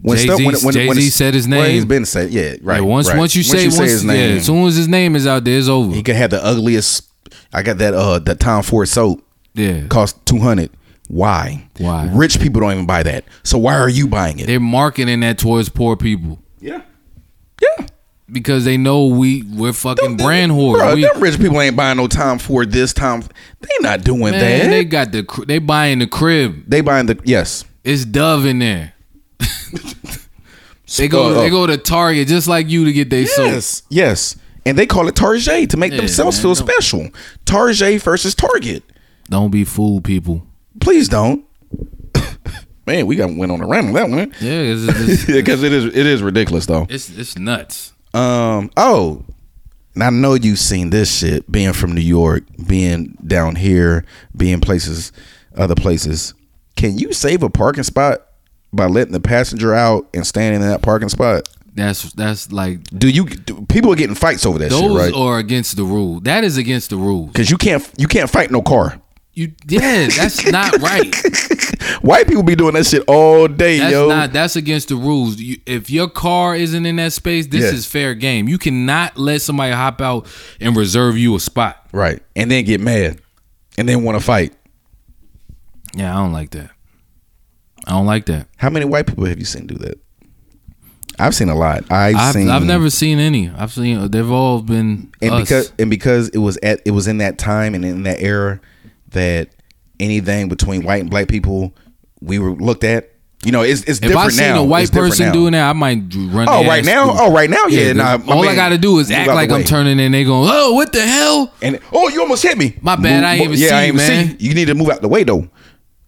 S1: when
S2: Jay
S1: stuff- when- when- when
S2: Z
S1: it's-
S2: said his
S1: well,
S2: name.
S1: he's been said, yeah, right.
S2: Yeah, once
S1: right.
S2: once you say once,
S1: his
S2: yeah,
S1: name,
S2: as soon as his name is out there, it's over.
S1: he could have the ugliest. I got that uh that Tom Ford soap
S2: yeah,
S1: cost two hundred. Why?
S2: Why?
S1: Rich people don't even buy that. So why are you buying it?
S2: they're marketing that towards poor people
S1: Yeah, yeah.
S2: because they know we we're fucking brand
S1: Bro,
S2: whores. We,
S1: them rich people ain't buying no Tom Ford. This Tom, they not doing
S2: man,
S1: that.
S2: they
S1: They,
S2: got the cr- they buying the crib.
S1: buying the yes.
S2: It's Dove in there. They go
S1: Uh,
S2: they go to Target just like you to get their soap.
S1: Yes, yes. And they call it Target to make
S2: Yeah,
S1: themselves
S2: man,
S1: feel
S2: don't-
S1: special. Target versus Target.
S2: Don't be fooled, people.
S1: Please don't. Man, we got went on a rant on that one.
S2: Yeah, it's it's, it's,
S1: because it is it is ridiculous though.
S2: it's, it's nuts.
S1: Um. Oh, and I know you've seen this shit. Being from New York, being down here, being places, other places. Can you save a parking spot by letting the passenger out and standing in that parking spot?
S2: That's that's like
S1: Do you? Do, people are getting fights over that
S2: those
S1: shit, right?
S2: are against the rule. That is against the rules.
S1: Because you can't you can't fight no car.
S2: You yeah, that's not right.
S1: White people be doing that shit all day,
S2: That's
S1: yo.
S2: not. That's against the rules. You, if your car isn't in that space, this
S1: Yeah.
S2: is fair game. You cannot let somebody hop out and reserve you a spot.
S1: right, and then get mad, and then want to fight.
S2: Yeah, I don't like that. I don't like that.
S1: How many white people have you seen do that? I've seen a lot. I've,
S2: I've,
S1: seen.
S2: I've never seen any. I've seen. They've all been
S1: and
S2: us.
S1: because and because it was at it was in that time and in that era that anything between white and black people we were looked at You know, it's it's
S2: If
S1: different
S2: I seen
S1: now.
S2: a white
S1: It's different
S2: person
S1: now.
S2: doing that, I might d- run.
S1: Oh,
S2: their
S1: right
S2: ass
S1: now?
S2: through.
S1: Oh, right now? Yeah, nah,
S2: dude.
S1: my
S2: all I
S1: man,
S2: gotta do is
S1: move
S2: act
S1: out the
S2: like I'm
S1: way.
S2: turning, and they go, "Oh, what the hell?"
S1: And oh, you almost hit me.
S2: My bad, I ain't even
S1: yeah,
S2: see
S1: I
S2: you,
S1: ain't even see
S2: man.
S1: you. You need to move out the way though.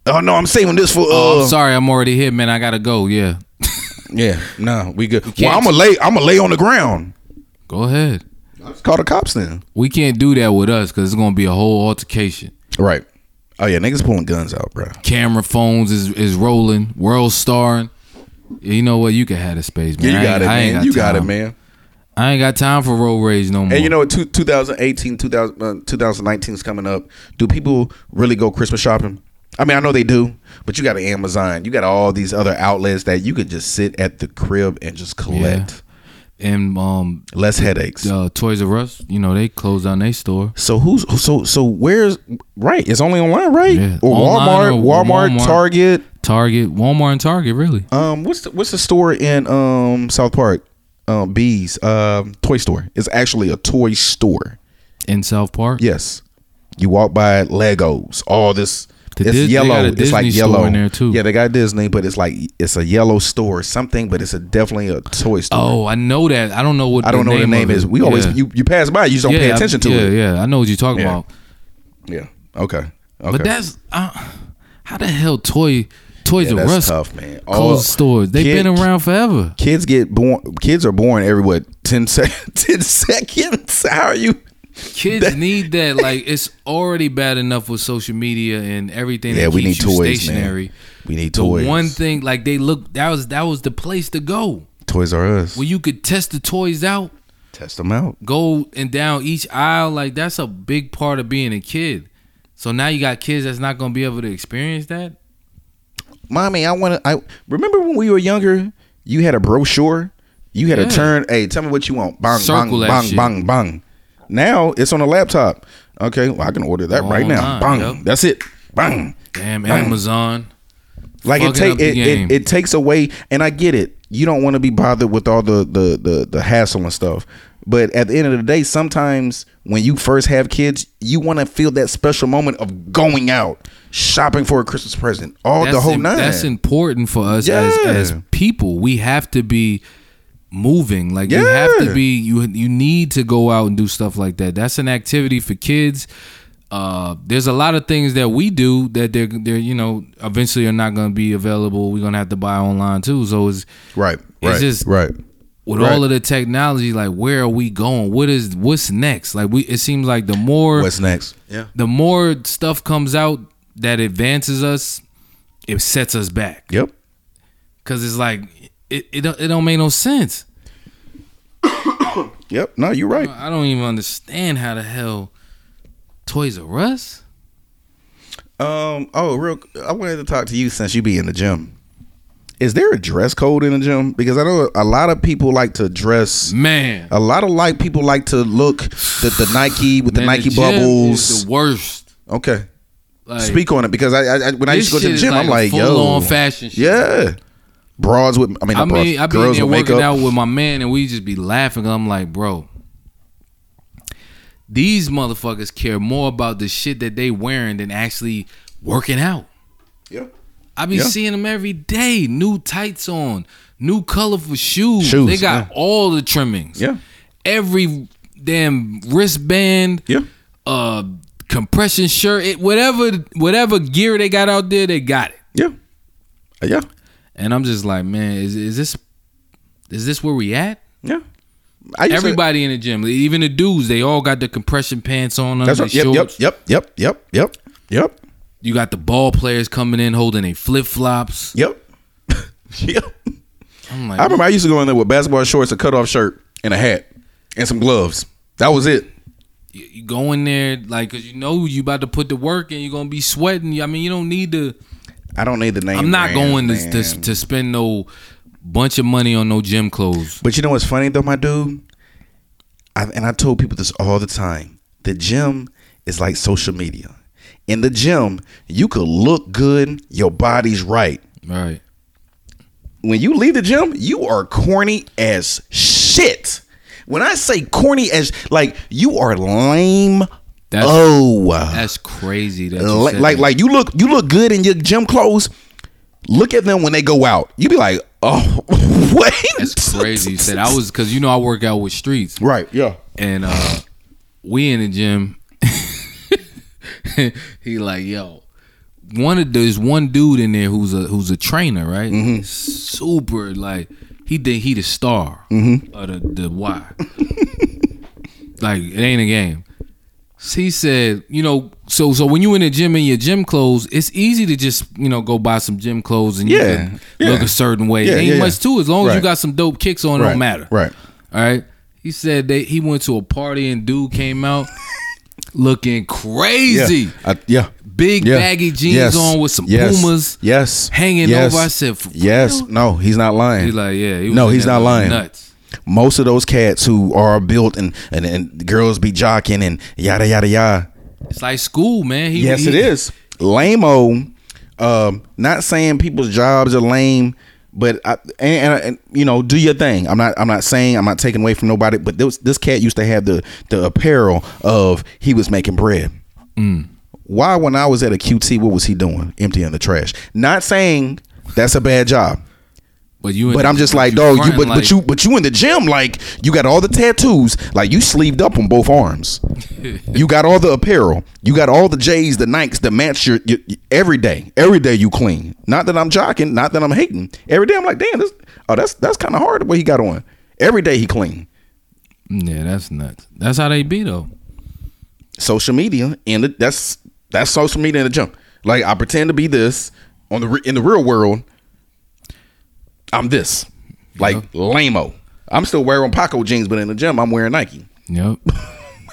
S1: Oh no, I'm saving this for. Uh,
S2: Oh, I'm sorry, I'm already here, man. I gotta go. Yeah,
S1: Yeah, no, we good.
S2: can't-
S1: well, I'm gonna lay. I'm gonna lay on the ground.
S2: go ahead.
S1: Call the cops then.
S2: We can't do that with us because it's gonna be a whole altercation.
S1: Right. Oh yeah, niggas pulling guns out, bro.
S2: Camera phones is is rolling. World starring. You know what? You can have the space, man.
S1: Yeah,
S2: I
S1: you got
S2: ain't-
S1: it,
S2: I ain't
S1: man. You got it,
S2: time.
S1: man.
S2: I ain't got time for road rage no more.
S1: And you know, what, two, 2018, 2000, uh, 2019 is coming up. Do people really go Christmas shopping? I mean, I know they do, but you got Amazon, you got all these other outlets that you could just sit at the crib and just collect.
S2: and um,
S1: Less headaches.
S2: uh, Toys R Us, you know, they closed down their store.
S1: So who's so so where's right? It's only online, right?
S2: Yeah.
S1: Or
S2: Online
S1: Walmart,
S2: or
S1: Walmart,
S2: Walmart.
S1: Target.
S2: Target, Walmart, and Target, really.
S1: Um, what's the, what's the store in um South Park? Um, Bees. Um, toy store. It's actually a toy store.
S2: In South Park.
S1: Yes. You walk by Legos. All this.
S2: The
S1: it's
S2: Dis- they got
S1: yellow.
S2: a
S1: It's
S2: Disney
S1: like
S2: store
S1: yellow
S2: in there, too.
S1: Yeah, they got Disney, but it's like it's a yellow store or something. But it's a definitely a toy store.
S2: Oh, I know that. I don't know what
S1: I don't know what the name
S2: of it-
S1: is. We always
S2: Yeah.
S1: you, you pass by, you just don't pay
S2: I-
S1: attention to
S2: yeah,
S1: it.
S2: Yeah, I know what you're talking
S1: Yeah.
S2: about.
S1: Yeah. Okay. Okay.
S2: But that's uh, how the hell toy Toys
S1: Yeah,
S2: R
S1: that's
S2: Us
S1: tough, man. All-
S2: closed stores. They've
S1: Kid-
S2: been around forever.
S1: kids get born kids are born every what 10 sec- 10 seconds how are you
S2: Kids need that. Like it's already bad enough with social media and everything.
S1: Yeah,
S2: that
S1: we need
S2: keeps you
S1: toys, man.
S2: stationary.
S1: we need
S2: The
S1: toys
S2: one thing, like they look, that was that was the place to go
S1: toys are us
S2: where you could test the toys out,
S1: test them out
S2: go and down each aisle. Like that's a big part of being a kid. So now you got kids that's not gonna be able to experience that.
S1: mommy i want to i remember when we were younger you had a brochure you had
S2: Yeah.
S1: to turn hey tell me what you want bang
S2: Circle that
S1: bang bang
S2: shit.
S1: bang bang now it's on a laptop okay well i can order that right now
S2: Online,
S1: bang
S2: yep.
S1: that's it bang
S2: Damn, Amazon.
S1: like it
S2: Fucking up
S1: take
S2: the
S1: it,
S2: game.
S1: it, it takes away and i get it you don't want to be bothered with all the, the the the hassle and stuff but at the end of the day sometimes when you first have kids you want to feel that special moment of going out shopping for a christmas present all Oh, the whole
S2: im-
S1: nine
S2: That's important for us
S1: Yeah.
S2: as as people. We have to be moving. Like you have to
S1: Yeah.
S2: be. You you need to go out and do stuff like that. That's an activity for kids. Uh, there's a lot of things that we do that they're they're you know eventually are not going to be available. We're gonna have to buy online too. So it's
S1: right
S2: it's
S1: right
S2: just-
S1: right
S2: with
S1: Right.
S2: all of the technology, like where are we going? What is what's next? Like we, it seems like the more
S1: what's next yeah
S2: the more stuff comes out that advances us, it sets us back.
S1: yep
S2: Cause it's like it it don't, it don't make no sense.
S1: yep no you're right
S2: I don't even understand how the hell Toys R Us.
S1: um oh real i wanted to talk to you since you be in the gym is there a dress code in the gym because i know a lot of people like to dress
S2: Man,
S1: A lot of like people like to look the, the Nike with the
S2: Man,
S1: Nike
S2: gym is
S1: bubbles.
S2: the worst.
S1: okay,
S2: Like,
S1: speak on it because I, I, I when I used to go to the gym, I'm like,
S2: full
S1: yo,
S2: on fashion. Shit.
S1: yeah, broads with I mean,
S2: I
S1: not
S2: mean,
S1: broads,
S2: I be in
S1: girls
S2: there
S1: with
S2: working
S1: makeup.
S2: out with my man, and we just be laughing. I'm like, bro, these motherfuckers care more about the shit that they wearing than actually working out.
S1: Yeah.
S2: I be
S1: Yeah.
S2: seeing them every day. New tights on, new colorful shoes.
S1: Shoes,
S2: they got all the trimmings.
S1: Yeah.
S2: Every damn wristband.
S1: Yeah.
S2: Uh, compression shirt. It, whatever whatever gear they got out there, they got it.
S1: yeah, yeah,
S2: And I'm just like, man, is is this is this where we at?
S1: yeah. I used to-
S2: Everybody in the gym, even the dudes, they all got the compression pants on. Under
S1: That's
S2: their
S1: right. Yep,
S2: shorts.
S1: yep, yep, yep, yep, yep, yep,
S2: You got the ball players coming in holding a flip flops.
S1: yep, yep.
S2: I'm like,
S1: I remember I used to go in there with basketball shorts, a cutoff shirt, and a hat, and some gloves. That was it.
S2: you you go in there like because you know you about to put the work in you're gonna be sweating i mean you don't need to
S1: I don't need the name.
S2: i'm not
S1: brand,
S2: going to,
S1: man.
S2: to, to spend no bunch of money on no gym clothes
S1: But you know what's funny though, my dude? I, and I told people this all the time. The gym is like social media. In the gym, you could look good, your body's right.
S2: right
S1: When you leave the gym, you are corny as shit. When I say corny as like you are lame.
S2: That's-
S1: oh,
S2: that's crazy that you
S1: like
S2: said
S1: like,
S2: that.
S1: like you look you look good in your gym clothes. Look at them when they go out. You be like, oh, wait.
S2: That's crazy. He said I was because you know I work out with streets
S1: Right. Yeah.
S2: and uh we in the gym. he like yo, one of there's one dude in there who's a who's a trainer, right?
S1: Mm-hmm.
S2: Super like he think he the star
S1: Mm-hmm.
S2: of the the why. like it ain't a game. So he said, you know, so so when you in the gym in your gym clothes, it's easy to just you know go buy some gym clothes and you
S1: Yeah,
S2: can
S1: yeah.
S2: look a certain way.
S1: Yeah,
S2: ain't
S1: yeah, yeah.
S2: much to it as long as you
S1: Right.
S2: got some dope kicks on. It
S1: Right.
S2: don't matter.
S1: Right.
S2: All right. He said they he went to a party and dude came out looking
S1: Yeah.
S2: crazy.
S1: I- yeah.
S2: Big
S1: Yeah.
S2: baggy jeans
S1: Yes.
S2: on with some
S1: Yes.
S2: Pumas
S1: Yes.
S2: hanging
S1: Yes.
S2: over. I said, For
S1: Yes.
S2: real?
S1: No, he's not lying.
S2: He like, yeah. He was
S1: No,
S2: in
S1: he's
S2: there
S1: not lying.
S2: Nuts.
S1: most of those cats who are built and and, and girls be jocking and yada yada yada.
S2: It's like school, man. He,
S1: Yes,
S2: he-
S1: it is. Lameo. Um, not saying people's jobs are lame, but I, and, and, and, you know, do your thing. I'm not. I'm not saying I'm not taking away from nobody. But this this cat used to have the the apparel of he was making bread. Mm. Why, when I was at a QT, what was he doing? Emptying the trash. Not saying that's a bad job.
S2: But you, in
S1: But
S2: the-
S1: I'm just like, dog, you
S2: fronting
S1: but, but
S2: like-
S1: you but you in the gym, like you got all the tattoos, like you sleeved up on both arms. you got all the apparel. You got all the J's, the Nikes that match your, your, your- every day. Every day you clean. Not that I'm jocking, not that I'm hating. Every day I'm like, damn, this oh that's that's kind of hard what he got on. Every day he clean.
S2: Yeah, that's nuts. That's how they be though.
S1: Social media and the, that's that's social media in the gym. Like I pretend to be this on the re- in the real world. I'm this, like lameo. I'm still wearing Paco jeans, but in the gym I'm wearing Nike.
S2: Yep.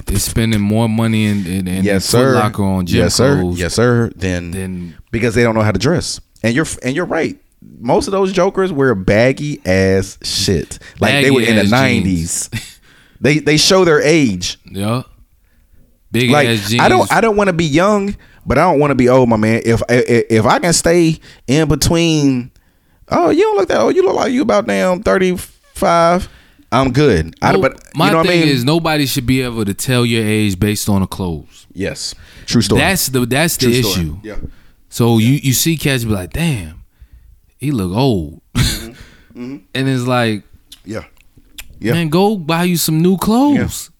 S2: they spending more money in in, in
S1: yes,
S2: Foot
S1: sir.
S2: Locker on gym
S1: yes, sir.
S2: clothes.
S1: Yes, sir. Then,
S2: Then-
S1: because they don't know how to dress, and you're and you're right. Most of those jokers wear baggy ass shit, like they were in the
S2: Baggy-ass
S1: nineties. they they show their age.
S2: Yep. Big
S1: Like
S2: ass jeans.
S1: I don't I don't want to be young, but I don't want to be old, my man. If if if I can stay in between, oh you don't look that old. You look like you about damn thirty five. I'm good. I,
S2: No,
S1: but
S2: my
S1: you know
S2: thing
S1: what I mean?
S2: is nobody should be able to tell your age based on the clothes.
S1: yes, true story.
S2: That's the that's the
S1: true story.
S2: issue.
S1: Yeah.
S2: So you you see cats be like, damn, he look old, and it's like,
S1: Mm-hmm. Yeah. Yeah.
S2: man, go buy you some new clothes.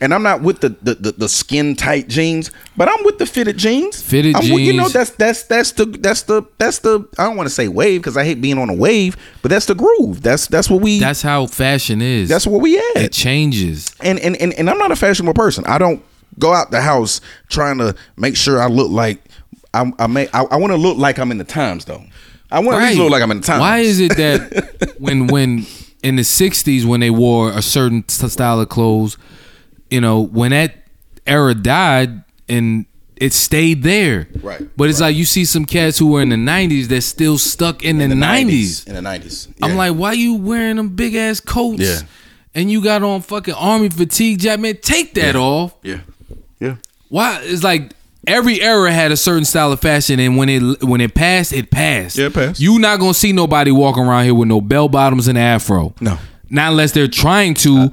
S1: And I'm not with the the, the, the skin tight jeans, but I'm with the fitted jeans.
S2: Fitted
S1: I'm with- You know
S2: jeans.
S1: that's that's that's the that's the that's the I don't want to say wave because I hate being on a wave, but that's the groove. That's that's what we that's,
S2: That's how fashion is.
S1: what we at.
S2: it changes.
S1: and, and and and I'm not a fashionable person. I don't go out the house trying to make sure I look like I I may I, I want to look like I'm in the times though. I want to
S2: Right.
S1: look like I'm in the times.
S2: Why is it that when when in the '60s when they wore a certain s- style of clothes, you know, when that era died and it stayed there,
S1: Right,
S2: But it's like you see some cats who were in the '90s that's still stuck in, the, '90s.
S1: in the nineties?
S2: I'm like, why you wearing them big ass coats?
S1: Yeah.
S2: And you got on fucking army fatigue jacket, man. Take that off.
S1: yeah, yeah,
S2: Why? It's like every era had a certain style of fashion, and when it when it passed, it passed.
S1: Yeah, it passed.
S2: You not gonna see nobody walking around here with no bell bottoms and afro.
S1: No. Uh,
S2: Not unless they're trying to,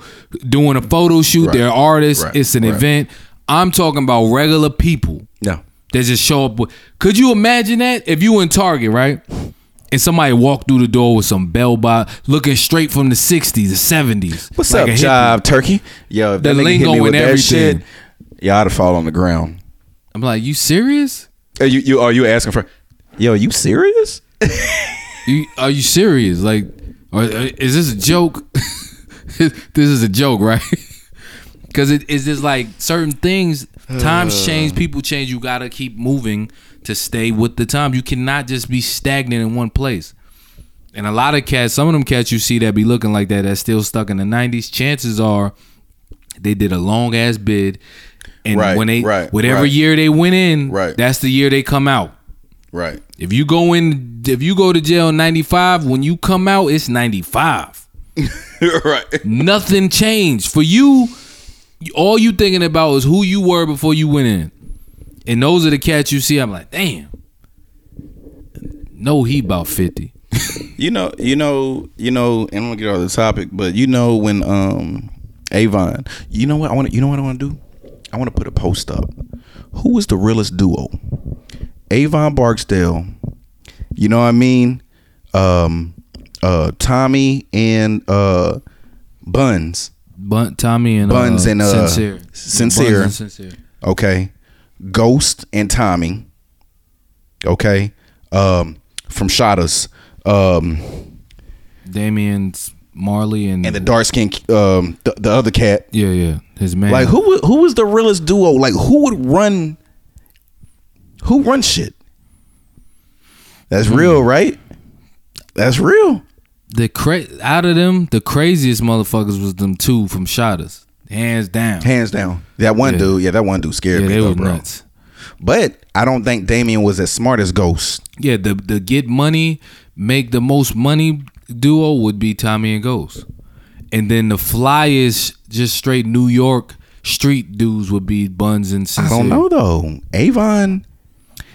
S2: doing a photo shoot.
S1: Right.
S2: They're artists.
S1: Right.
S2: It's an
S1: Right.
S2: event. I'm talking about regular people.
S1: no,
S2: They just show up. With, could you imagine that if you in Target, right? And somebody walked through the door with some bell bot, looking straight from the '60s, the '70s.
S1: What's
S2: like
S1: up,
S2: a hippie.
S1: Job Turkey? Yo, if
S2: The
S1: that nigga hit
S2: lingo
S1: me with
S2: and
S1: that
S2: everything.
S1: shit, y'all ought to fall on the ground.
S2: I'm like, you serious?
S1: Are you, you are you asking for? Yo, you serious?
S2: You, are you serious? Like, or, or is this a joke? this is a joke, right? Because it is just like certain things.
S1: Uh.
S2: Times change, people change. You gotta keep moving to stay with the time. You cannot just be stagnant in one place. And a lot of cats, some of them cats you see that be looking like that, that's still stuck in the '90s. Chances are, they did a long ass bid, and
S1: Right,
S2: when they
S1: right,
S2: whatever
S1: right.
S2: year they went in,
S1: Right.
S2: that's the year they come out.
S1: Right.
S2: If you go in, if you go to jail in '95, when you come out, it's '95.
S1: right.
S2: Nothing changed for you. All you thinking about is who you were before you went in, and those are the cats you see. I'm like, damn. No, he about fifty.
S1: You know, you know, you know, and I'm gonna get off the topic, but you know when um Avon, you know what I want to you know what I wanna do? I wanna put a post up. Who is the realest duo? Avon Barksdale, You know what I mean? Um, uh, Tommy and uh, Buns.
S2: Bun, Tommy and
S1: Buns
S2: uh,
S1: and, uh,
S2: sincere,
S1: Sincere.
S2: Buns and sincere.
S1: Okay. Ghost and Tommy. Okay. Um, from Shotters. Um,
S2: Damien's Marley and,
S1: and the dark skin, um, the, the other cat.
S2: yeah, yeah, his man.
S1: Like who? would- Who was the realest duo? Like who would run? Who run shit? That's
S2: Hmm.
S1: real, right? That's real.
S2: the cra- out of them, the craziest motherfuckers was them two from Shotters, hands down.
S1: Hands down. That one
S2: Yeah.
S1: dude. Yeah, that one dude scared
S2: yeah,
S1: me,
S2: they
S1: though,
S2: were
S1: bro.
S2: nuts.
S1: But I don't think Damien was as smart as Ghost.
S2: Yeah, the the get money, make the most money duo would be Tommy and Ghost, and then the flyest, just straight New York street dudes would be Buns and
S1: I
S2: Sincere.
S1: don't know though. Avon.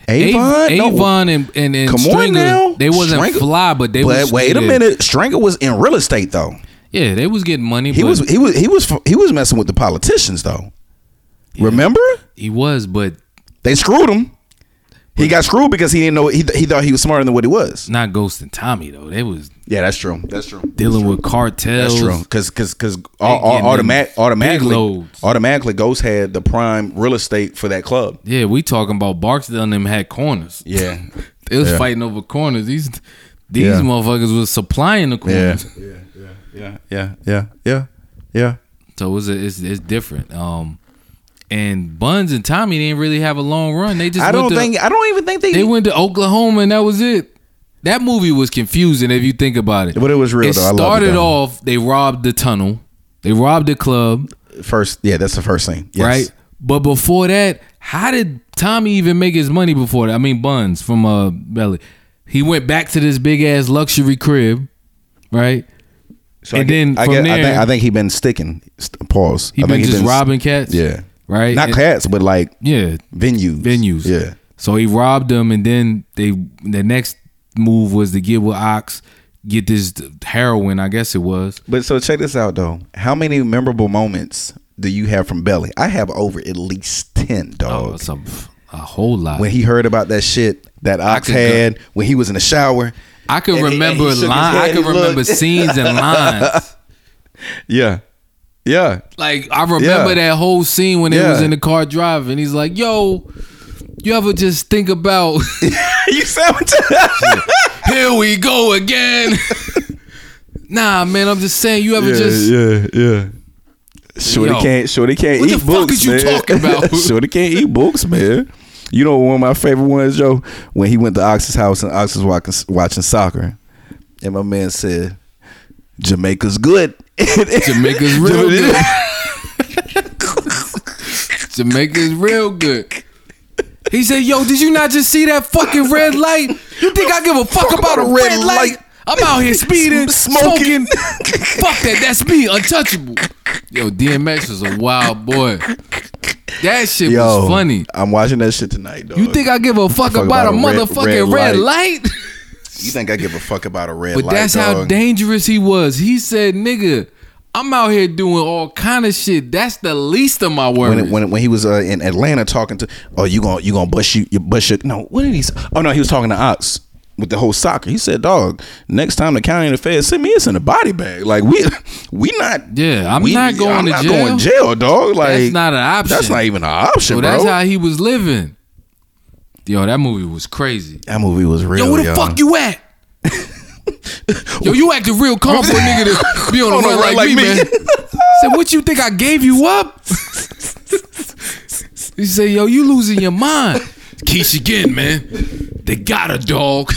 S1: Avon.
S2: Avon,
S1: no.
S2: Avon and and, and
S1: Come on
S2: Stringer,
S1: now.
S2: they wasn't
S1: Stringer-
S2: fly, but they
S1: But
S2: was
S1: wait a
S2: yeah.
S1: minute. Stringer was in real estate though.
S2: Yeah, they was getting money.
S1: He
S2: but
S1: was he was he was he was messing with the politicians though. Remember?
S2: he was, but
S1: They screwed him. He got screwed because he didn't know he, he thought he was smarter than what he was.
S2: not Ghost and Tommy though. They was
S1: Yeah, that's true. That's true.
S2: dealing with cartels.
S1: That's true. Because because because automatic
S2: big
S1: automatically
S2: loads.
S1: automatically Ghost had the prime real estate for that club.
S2: Yeah, we talking about Barksdale and them had corners.
S1: Yeah.
S2: They was
S1: Yeah.
S2: fighting over corners. These these
S1: Yeah.
S2: motherfuckers was supplying the
S1: yeah.
S2: corners.
S1: Yeah. Yeah. Yeah. Yeah. Yeah. Yeah.
S2: So it's, a, it's it's different. Um, and Buns and Tommy didn't really have a long run. They just
S1: I
S2: went
S1: don't
S2: to,
S1: think I don't even think they,
S2: they went to Oklahoma and that was it. That movie was confusing if you think about it.
S1: But it was real,
S2: It
S1: though. I loved it,
S2: started
S1: though.
S2: off they robbed the tunnel, they robbed the club,
S1: first. Yeah, that's the first thing. Yes.
S2: right? But before that, how did Tommy even make his money before that? I mean, Buns from uh Belly. He went back to this big ass luxury crib, right?
S1: So I
S2: And
S1: get-
S2: then
S1: I,
S2: from
S1: get, I
S2: there-
S1: think I think he been sticking. St- Pause.
S2: He
S1: I
S2: been
S1: think he
S2: just
S1: been-
S2: robbing cats,
S1: Yeah.
S2: right?
S1: Not
S2: And-
S1: cats, but like
S2: yeah,
S1: venues.
S2: venues.
S1: Yeah.
S2: So he robbed them, and then they the next move was to get with Ox, get this heroin. I guess it was.
S1: But so check this out though. How many memorable moments do you have from Belly? I have over at least ten,
S2: Oh,
S1: dog.
S2: it's a, a whole lot.
S1: when he heard about that shit that Ox
S2: could go-
S1: had when he was in the shower.
S2: I could
S1: and he- and he
S2: remember
S1: shook his
S2: line. I
S1: head,
S2: could
S1: he
S2: remember
S1: looked.
S2: scenes and lines.
S1: Yeah. Yeah.
S2: Like I remember
S1: Yeah.
S2: that whole scene when they was
S1: Yeah.
S2: in the car driving. He's like, "Yo, you ever just think about
S1: you said what
S2: here we go again?" nah, man. I'm just saying. You ever just
S1: yeah, yeah. Shorty
S2: Yo.
S1: can't Shorty can't
S2: What the
S1: eat
S2: fuck
S1: books.
S2: is you
S1: man.
S2: talking about?
S1: Shorty can't eat books, man. You know one of my favorite ones, Joe, when he went to Ox's house and Ox was watching, watching soccer. And my man said, Jamaica's good.
S2: Jamaica's real good. Jamaica's real good. He said, "Yo, did you not just see that fucking red light? You think I give a fuck, about, a red, light? I'm out here speeding,
S1: Smoking.
S2: smoking. fuck that. That's me, untouchable." Yo, DMX was a wild boy. That shit was funny.
S1: I'm watching that shit tonight, dog.
S2: You think I give a fuck, about, a,
S1: red-
S2: motherfucking
S1: red
S2: red, light?
S1: you think I give a fuck about a red
S2: But
S1: light?
S2: that's how
S1: dog?
S2: dangerous he was. He said, "Nigga, I'm out here doing all kind of shit. That's the least of my worries."
S1: when, when when he was uh, in Atlanta talking to oh you gonna you gonna bust you you bust your no what did he say? oh no he was talking to Ox with the whole soccer he said dog next time the county and the feds send me it's in a body bag like we we not
S2: Yeah, I'm
S1: we-
S2: not going
S1: I'm
S2: to
S1: not
S2: jail.
S1: going jail dog like
S2: that's not an option.
S1: that's not even an option
S2: So
S1: bro
S2: that's how he was living. Yo, that movie was crazy.
S1: that movie was real
S2: Yo, where the fuck you at? Yo, you acting real calm for a nigga to be on the run like, me, man. Said, what you think I gave you up? he said, yo, you losing your mind. Keesh again, man. They got a dog.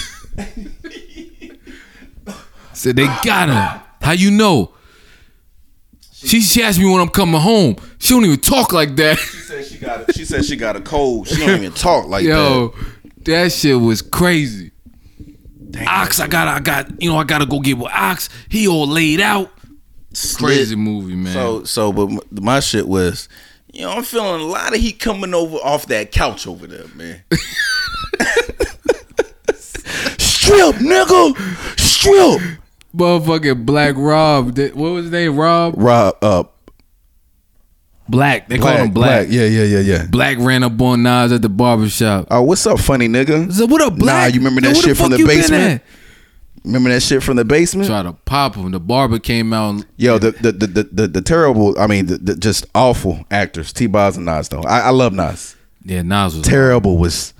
S2: said they got him. How you know? She, she asked me when I'm coming home. She don't even talk like that.
S1: she said she got a, she said she got a cold she don't even talk like
S2: Yo, that. shit was crazy. Ox, I got, I got, you know, I gotta go get with Ox. He all laid out.
S1: that
S2: Crazy movie, man.
S1: So so, but m- my shit was, you know, I'm feeling a lot of heat coming over off that couch over there, man. Strip, nigga, strip.
S2: Motherfucking Black Rob. that- What was his name? Rob.
S1: Rob, uh,
S2: Black. They called him Black.
S1: Yeah, yeah, yeah, yeah.
S2: Black ran up on Nas at the barbershop.
S1: Oh, what's up, funny nigga?
S2: So what up, Black?
S1: Nah, you remember
S2: Yo,
S1: that
S2: where
S1: shit from
S2: fuck
S1: the
S2: you been
S1: basement?
S2: at?
S1: Remember that shit from the basement?
S2: Tried to pop him. The barber came out. and-
S1: Yo, the the, the the the the terrible. I mean, the, the just awful actors. T. Boz and Nas though. I, I love Nas.
S2: Yeah, Nas was.
S1: Terrible was.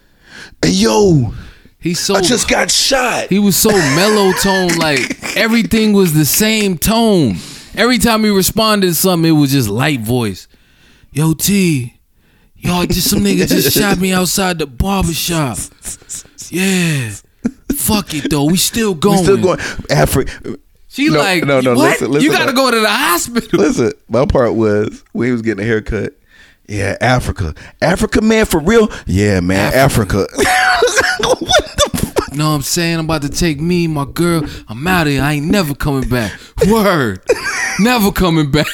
S1: And yo,
S2: He's so.
S1: I just got shot.
S2: He was so mellow tone, like everything was the same tone. Every time he responded to something, it was just light voice. Yo, T, yo, just some nigga just shot me outside the barbershop. Yeah. Fuck it though. We still going.
S1: We still going. Afri-
S2: She
S1: No,
S2: like
S1: no, no,
S2: what?
S1: listen, listen.
S2: you gotta go to the hospital.
S1: Listen, my part was when he was getting a haircut. Yeah, Africa, Africa, man, for real. Yeah, man, Africa. what the fuck?
S2: know what I'm saying? I'm about to take me, my girl. I'm out of here. I ain't never coming back. Word. never coming back.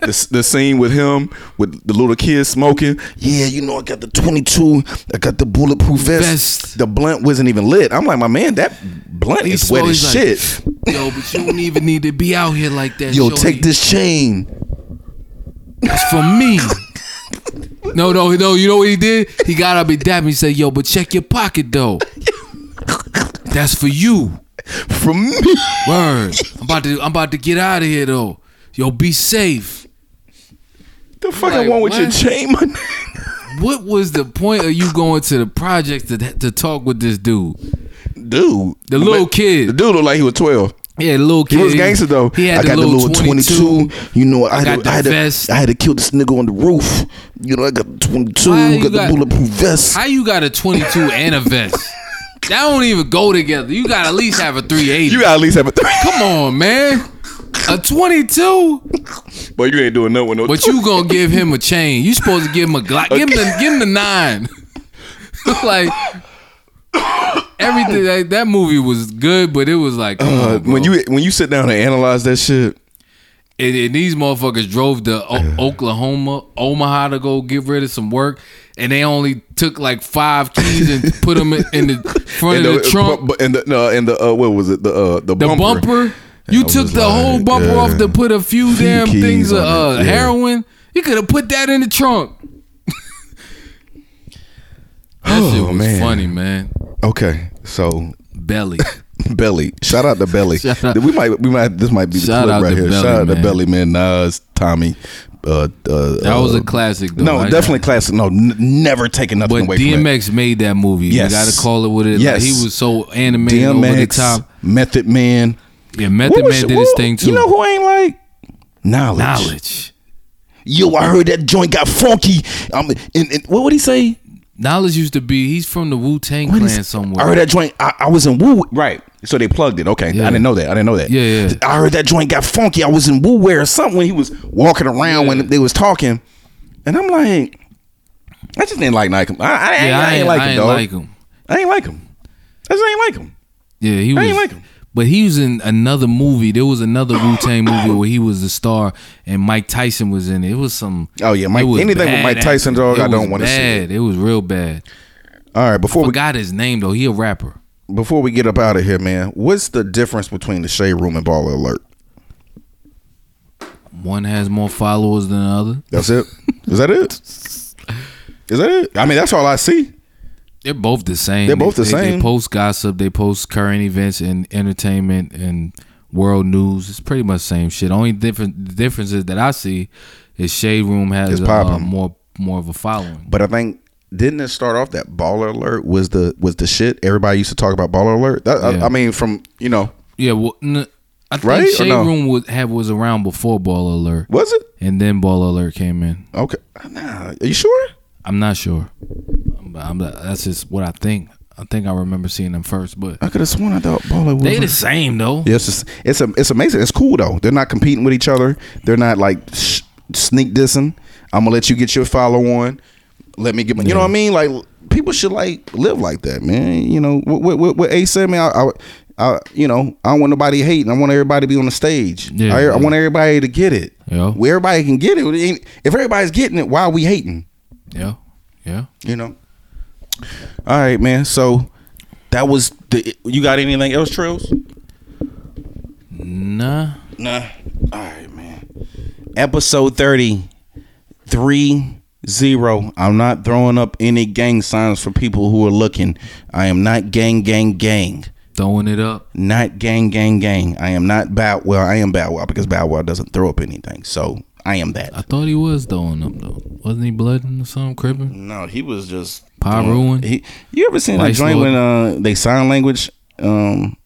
S1: The, the scene with him with the little kid smoking. Yeah, you know, I got the twenty two. I got the bulletproof vest.
S2: Vest.
S1: The blunt wasn't even lit. I'm like, my man, that blunt is wet as
S2: He's always
S1: shit.
S2: like, Yo, but you don't even need to be out here like that.
S1: Yo,
S2: shorty.
S1: take this chain.
S2: It's for me. No, no, no. You know what he did? He got up and dabbed me. He said, "Yo, but check your pocket though. That's for you."
S1: From me,
S2: Word. I'm about to. I'm about to get out of here though. Yo, be safe.
S1: the fucking
S2: Like,
S1: one with your
S2: what?
S1: chain, my nigga.
S2: What was the point of you going to the project to, to talk with this dude?
S1: dude.
S2: The little
S1: Man,
S2: kid.
S1: The dude looked like he was twelve.
S2: Yeah, the little
S1: He
S2: kid.
S1: was gangster though.
S2: He had
S1: I
S2: the
S1: got
S2: little,
S1: the little
S2: 22.
S1: 22. You know, I,
S2: got
S1: had,
S2: the
S1: to, I, had
S2: vest.
S1: to, I had to kill this nigga on the roof. You know, I got the 22.
S2: Why you
S1: got the
S2: got-
S1: bulletproof vest.
S2: How you got a 22 and a vest? That don't even go together. You got to at least have a 380.
S1: you got at least have a three.
S2: Come on, man. A 22?
S1: But you ain't doing nothing with no.
S2: But you gonna give him a chain? You supposed to give him a Glock? Give him the give him the nine. like everything that, that movie was good, but it was like come
S1: Uh,
S2: on, bro.
S1: when you when you sit down and analyze that shit,
S2: and, and these motherfuckers drove to o- Oklahoma, Omaha to go get rid of some work, and they only took like five keys and put them in, in the front
S1: and uh,
S2: of the trunk.
S1: bu- bu- and the no, and the uh, what was it the uh, the,
S2: the
S1: bumper.
S2: bumper. You
S1: I
S2: took
S1: was
S2: the
S1: like,
S2: whole bumper
S1: yeah.
S2: off to put a few,
S1: Few
S2: damn
S1: keys
S2: things of
S1: on
S2: uh,
S1: it, yeah.
S2: heroin. You could have put that in the trunk. that shit
S1: Oh,
S2: was
S1: man.
S2: funny, man.
S1: Okay, so
S2: Belly.
S1: Belly, shout out to Belly.
S2: Shout out.
S1: We might we might this might be the
S2: Shout
S1: clip
S2: out
S1: right
S2: to
S1: here.
S2: Belly,
S1: shout out to
S2: man.
S1: Belly, man. Nas, Tommy. Uh, uh,
S2: That was a classic. Though.
S1: No,
S2: I-
S1: definitely classic. No, n- never taking nothing
S2: But
S1: away from that.
S2: DMX made that movie.
S1: Yes.
S2: You gotta call it what it is.
S1: Yes.
S2: Like, he was so animated over the
S1: DMX,
S2: top.
S1: Method Man.
S2: Yeah, Method
S1: What was-
S2: Man did his
S1: what-
S2: thing too.
S1: You know who I ain't like? Knowledge.
S2: Knowledge.
S1: Yo, I heard that joint got funky. I'm, and, and what would he say?
S2: Knowledge used to be he's from the Wu Tang
S1: What
S2: clan
S1: is- I
S2: somewhere.
S1: heard that joint. I, I was in Woo. Right. So they plugged it. Okay. I didn't know that. I didn't know that.
S2: Yeah, yeah.
S1: I heard that joint got funky. I was in Woo Wear or something when he was walking around when they was talking. And I'm like, I just didn't like Nike. I, I, ain't-
S2: yeah,
S1: I, ain't like
S2: I
S1: him,
S2: ain't
S1: dog.
S2: like him.
S1: I ain't like him. I just ain't like him.
S2: Yeah, he
S1: I
S2: was.
S1: ain't like him.
S2: But he was in another movie. There was another Wu Tang movie where he was the star and Mike Tyson was in it. It was some.
S1: Oh, yeah, Mike-
S2: it was
S1: anything with
S2: bad
S1: Mike Tyson,
S2: acting.
S1: dog,
S2: It
S1: I don't
S2: was
S1: wanna see
S2: bad. It was real bad.
S1: All right. Before we
S2: Forgot his name though. He a rapper.
S1: before we get up out of here, man, what's the difference between the shade room and baller alert?
S2: One has more followers than the other.
S1: That's it. Is that it? Is that it? I mean, that's all I see.
S2: They're both the same.
S1: They're both the
S2: They- They
S1: same.
S2: post gossip. They post current events and entertainment and world news. It's pretty much same shit. Only different differences that I see is Shade Room has
S1: It's
S2: a, uh,
S1: popping.
S2: more more of a following.
S1: But I think didn't it start off that baller alert was the was the shit everybody used to talk about baller alert. That,
S2: Yeah.
S1: I, I mean, from you know,
S2: Yeah, well, n- I think
S1: Right or
S2: Shade
S1: no?
S2: Room was have was around before Ball Alert,
S1: was it
S2: and then Ball Alert came in.
S1: okay? Nah, are you sure?
S2: I'm not sure, but I'm not, that's just what I think. I think I remember seeing them first, but
S1: I could have sworn I thought baller.
S2: they
S1: was-
S2: the same though.
S1: Yeah, it's just, it's a, it's amazing. It's cool though. They're not competing with each other. They're not like sh- sneak dissing. I'm gonna let you get your follow on. Let me get my. You know what I mean? Like people should like live like that, man. You know what what what, what Ace said, man. I, I, I you know I don't want nobody hating. I want everybody to be on the stage.
S2: Yeah,
S1: I, I
S2: yeah.
S1: want everybody to get it.
S2: Yeah.
S1: Where everybody can get it. It ain't- If everybody's getting it, why are we hating?
S2: Yeah, yeah.
S1: You know. All right, man. So that was the. You got anything else, Trills?
S2: Nah,
S1: Nah. All right, man. Episode 30. three zero. I'm not throwing up any gang signs for people who are looking. I am not gang, gang, gang.
S2: Throwing it up.
S1: Not gang, gang, gang. I am not Bow. Well, I am Bow Wow because Bow Wow doesn't throw up anything. So I am that.
S2: I thought he was throwing up though. Wasn't he blooding or something? Cripping?
S1: No, he was just
S2: Pie
S1: throwing-
S2: ruin?
S1: Oh, He, you ever seen that
S2: Life
S1: joint
S2: slow.
S1: when uh, they sign language? Um,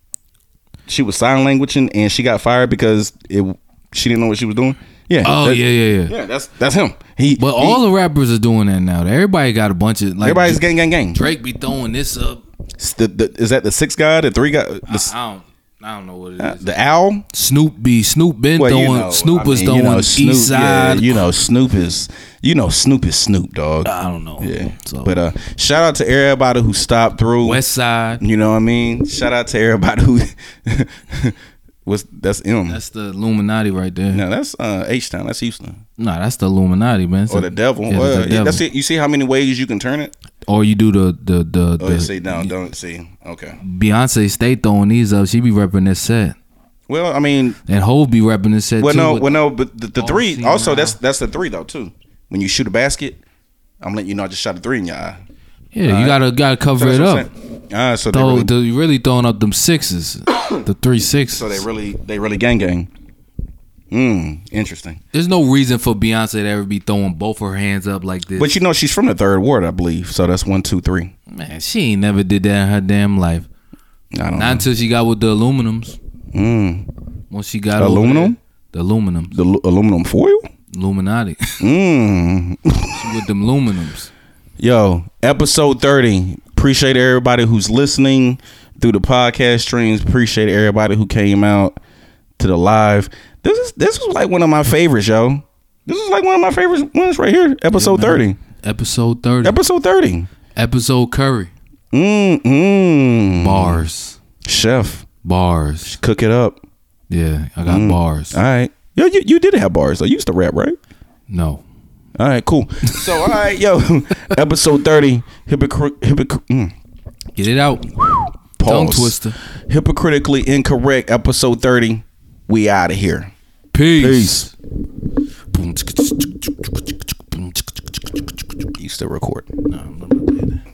S1: she was sign languaging and she got fired because it she didn't know what she was doing. Yeah.
S2: Oh
S1: that-
S2: yeah, yeah, yeah.
S1: Yeah, that's that's him. He
S2: But
S1: he-
S2: all the rappers are doing that now. Everybody got a bunch of like.
S1: everybody's gang, gang, gang.
S2: Drake be throwing this up.
S1: S- the- the- is that the six guy, the three guy, the, s-
S2: I don't. I don't know what it
S1: uh,
S2: is.
S1: the owl?
S2: Snoop be Snoop been
S1: Well,
S2: throwing.
S1: you know, I
S2: Snoop was
S1: mean, you
S2: throwing
S1: know,
S2: East Side.
S1: Yeah, you know, Snoop is you know Snoop is Snoop dog.
S2: I don't know.
S1: yeah.
S2: So
S1: But uh, shout out to everybody who stopped through.
S2: West Side.
S1: You know what I mean? Shout out to everybody who was that's M.
S2: That's the Illuminati right there. No,
S1: no, that's uh H Town. That's Houston
S2: that's the Illuminati, man. It's
S1: or
S2: a-
S1: the devil.
S2: yeah, it's
S1: Well,
S2: the devil.
S1: That's it. You see how many ways you can turn it?
S2: Or you do the the the,
S1: Oh,
S2: the
S1: you see, no, don't see. Okay.
S2: Beyonce stay throwing these up. She be repping this set,
S1: Well, I mean,
S2: and Hove be repping this set
S1: Well,
S2: too.
S1: no,
S2: with-
S1: well, no, but the, the
S2: Oh,
S1: three
S2: see,
S1: also
S2: nah.
S1: that's that's the three though too. When you shoot a basket, I'm letting you know I just shot a three in your eye.
S2: yeah, you gotta gotta cover it up.
S1: Ah, so they
S2: Throw,
S1: really,
S2: th- you really throwing up them sixes, the three sixes.
S1: so they really they really gang gang. Mm, interesting.
S2: There's no reason for Beyonce to ever be throwing both her hands up like this.
S1: But you know she's from the third ward, I believe. So that's one, two, three.
S2: man, she ain't never did that in her damn life.
S1: I don't
S2: Not until she got with the aluminums.
S1: know. Mm,
S2: Once she got
S1: Aluminum?
S2: over there, the aluminums,
S1: the lu- aluminum foil.
S2: Illuminati, She
S1: Mm.
S2: with them aluminums.
S1: Yo, episode 30. Appreciate everybody who's listening through the podcast streams. Appreciate everybody who came out to the live. This is this was like one of my favorites, yo. This is like one of my favorite ones right here. Episode 30.
S2: Episode thirty,
S1: Episode 30.
S2: episode Curry,
S1: Mm mm.
S2: bars,
S1: Chef,
S2: bars.
S1: cook it up.
S2: Yeah, I
S1: Mm.
S2: got bars.
S1: All right. Yo, you, you did have bars though. You used to rap, right?
S2: no,
S1: All right, cool. So, all right, yo, episode 30. Hypocrite, hypocrite, mm,
S2: get it out.
S1: pause.
S2: Tongue twister.
S1: hypocritically incorrect episode 30 we out of here
S2: Peace.
S1: you still record
S2: Nah, I'm not gonna play that.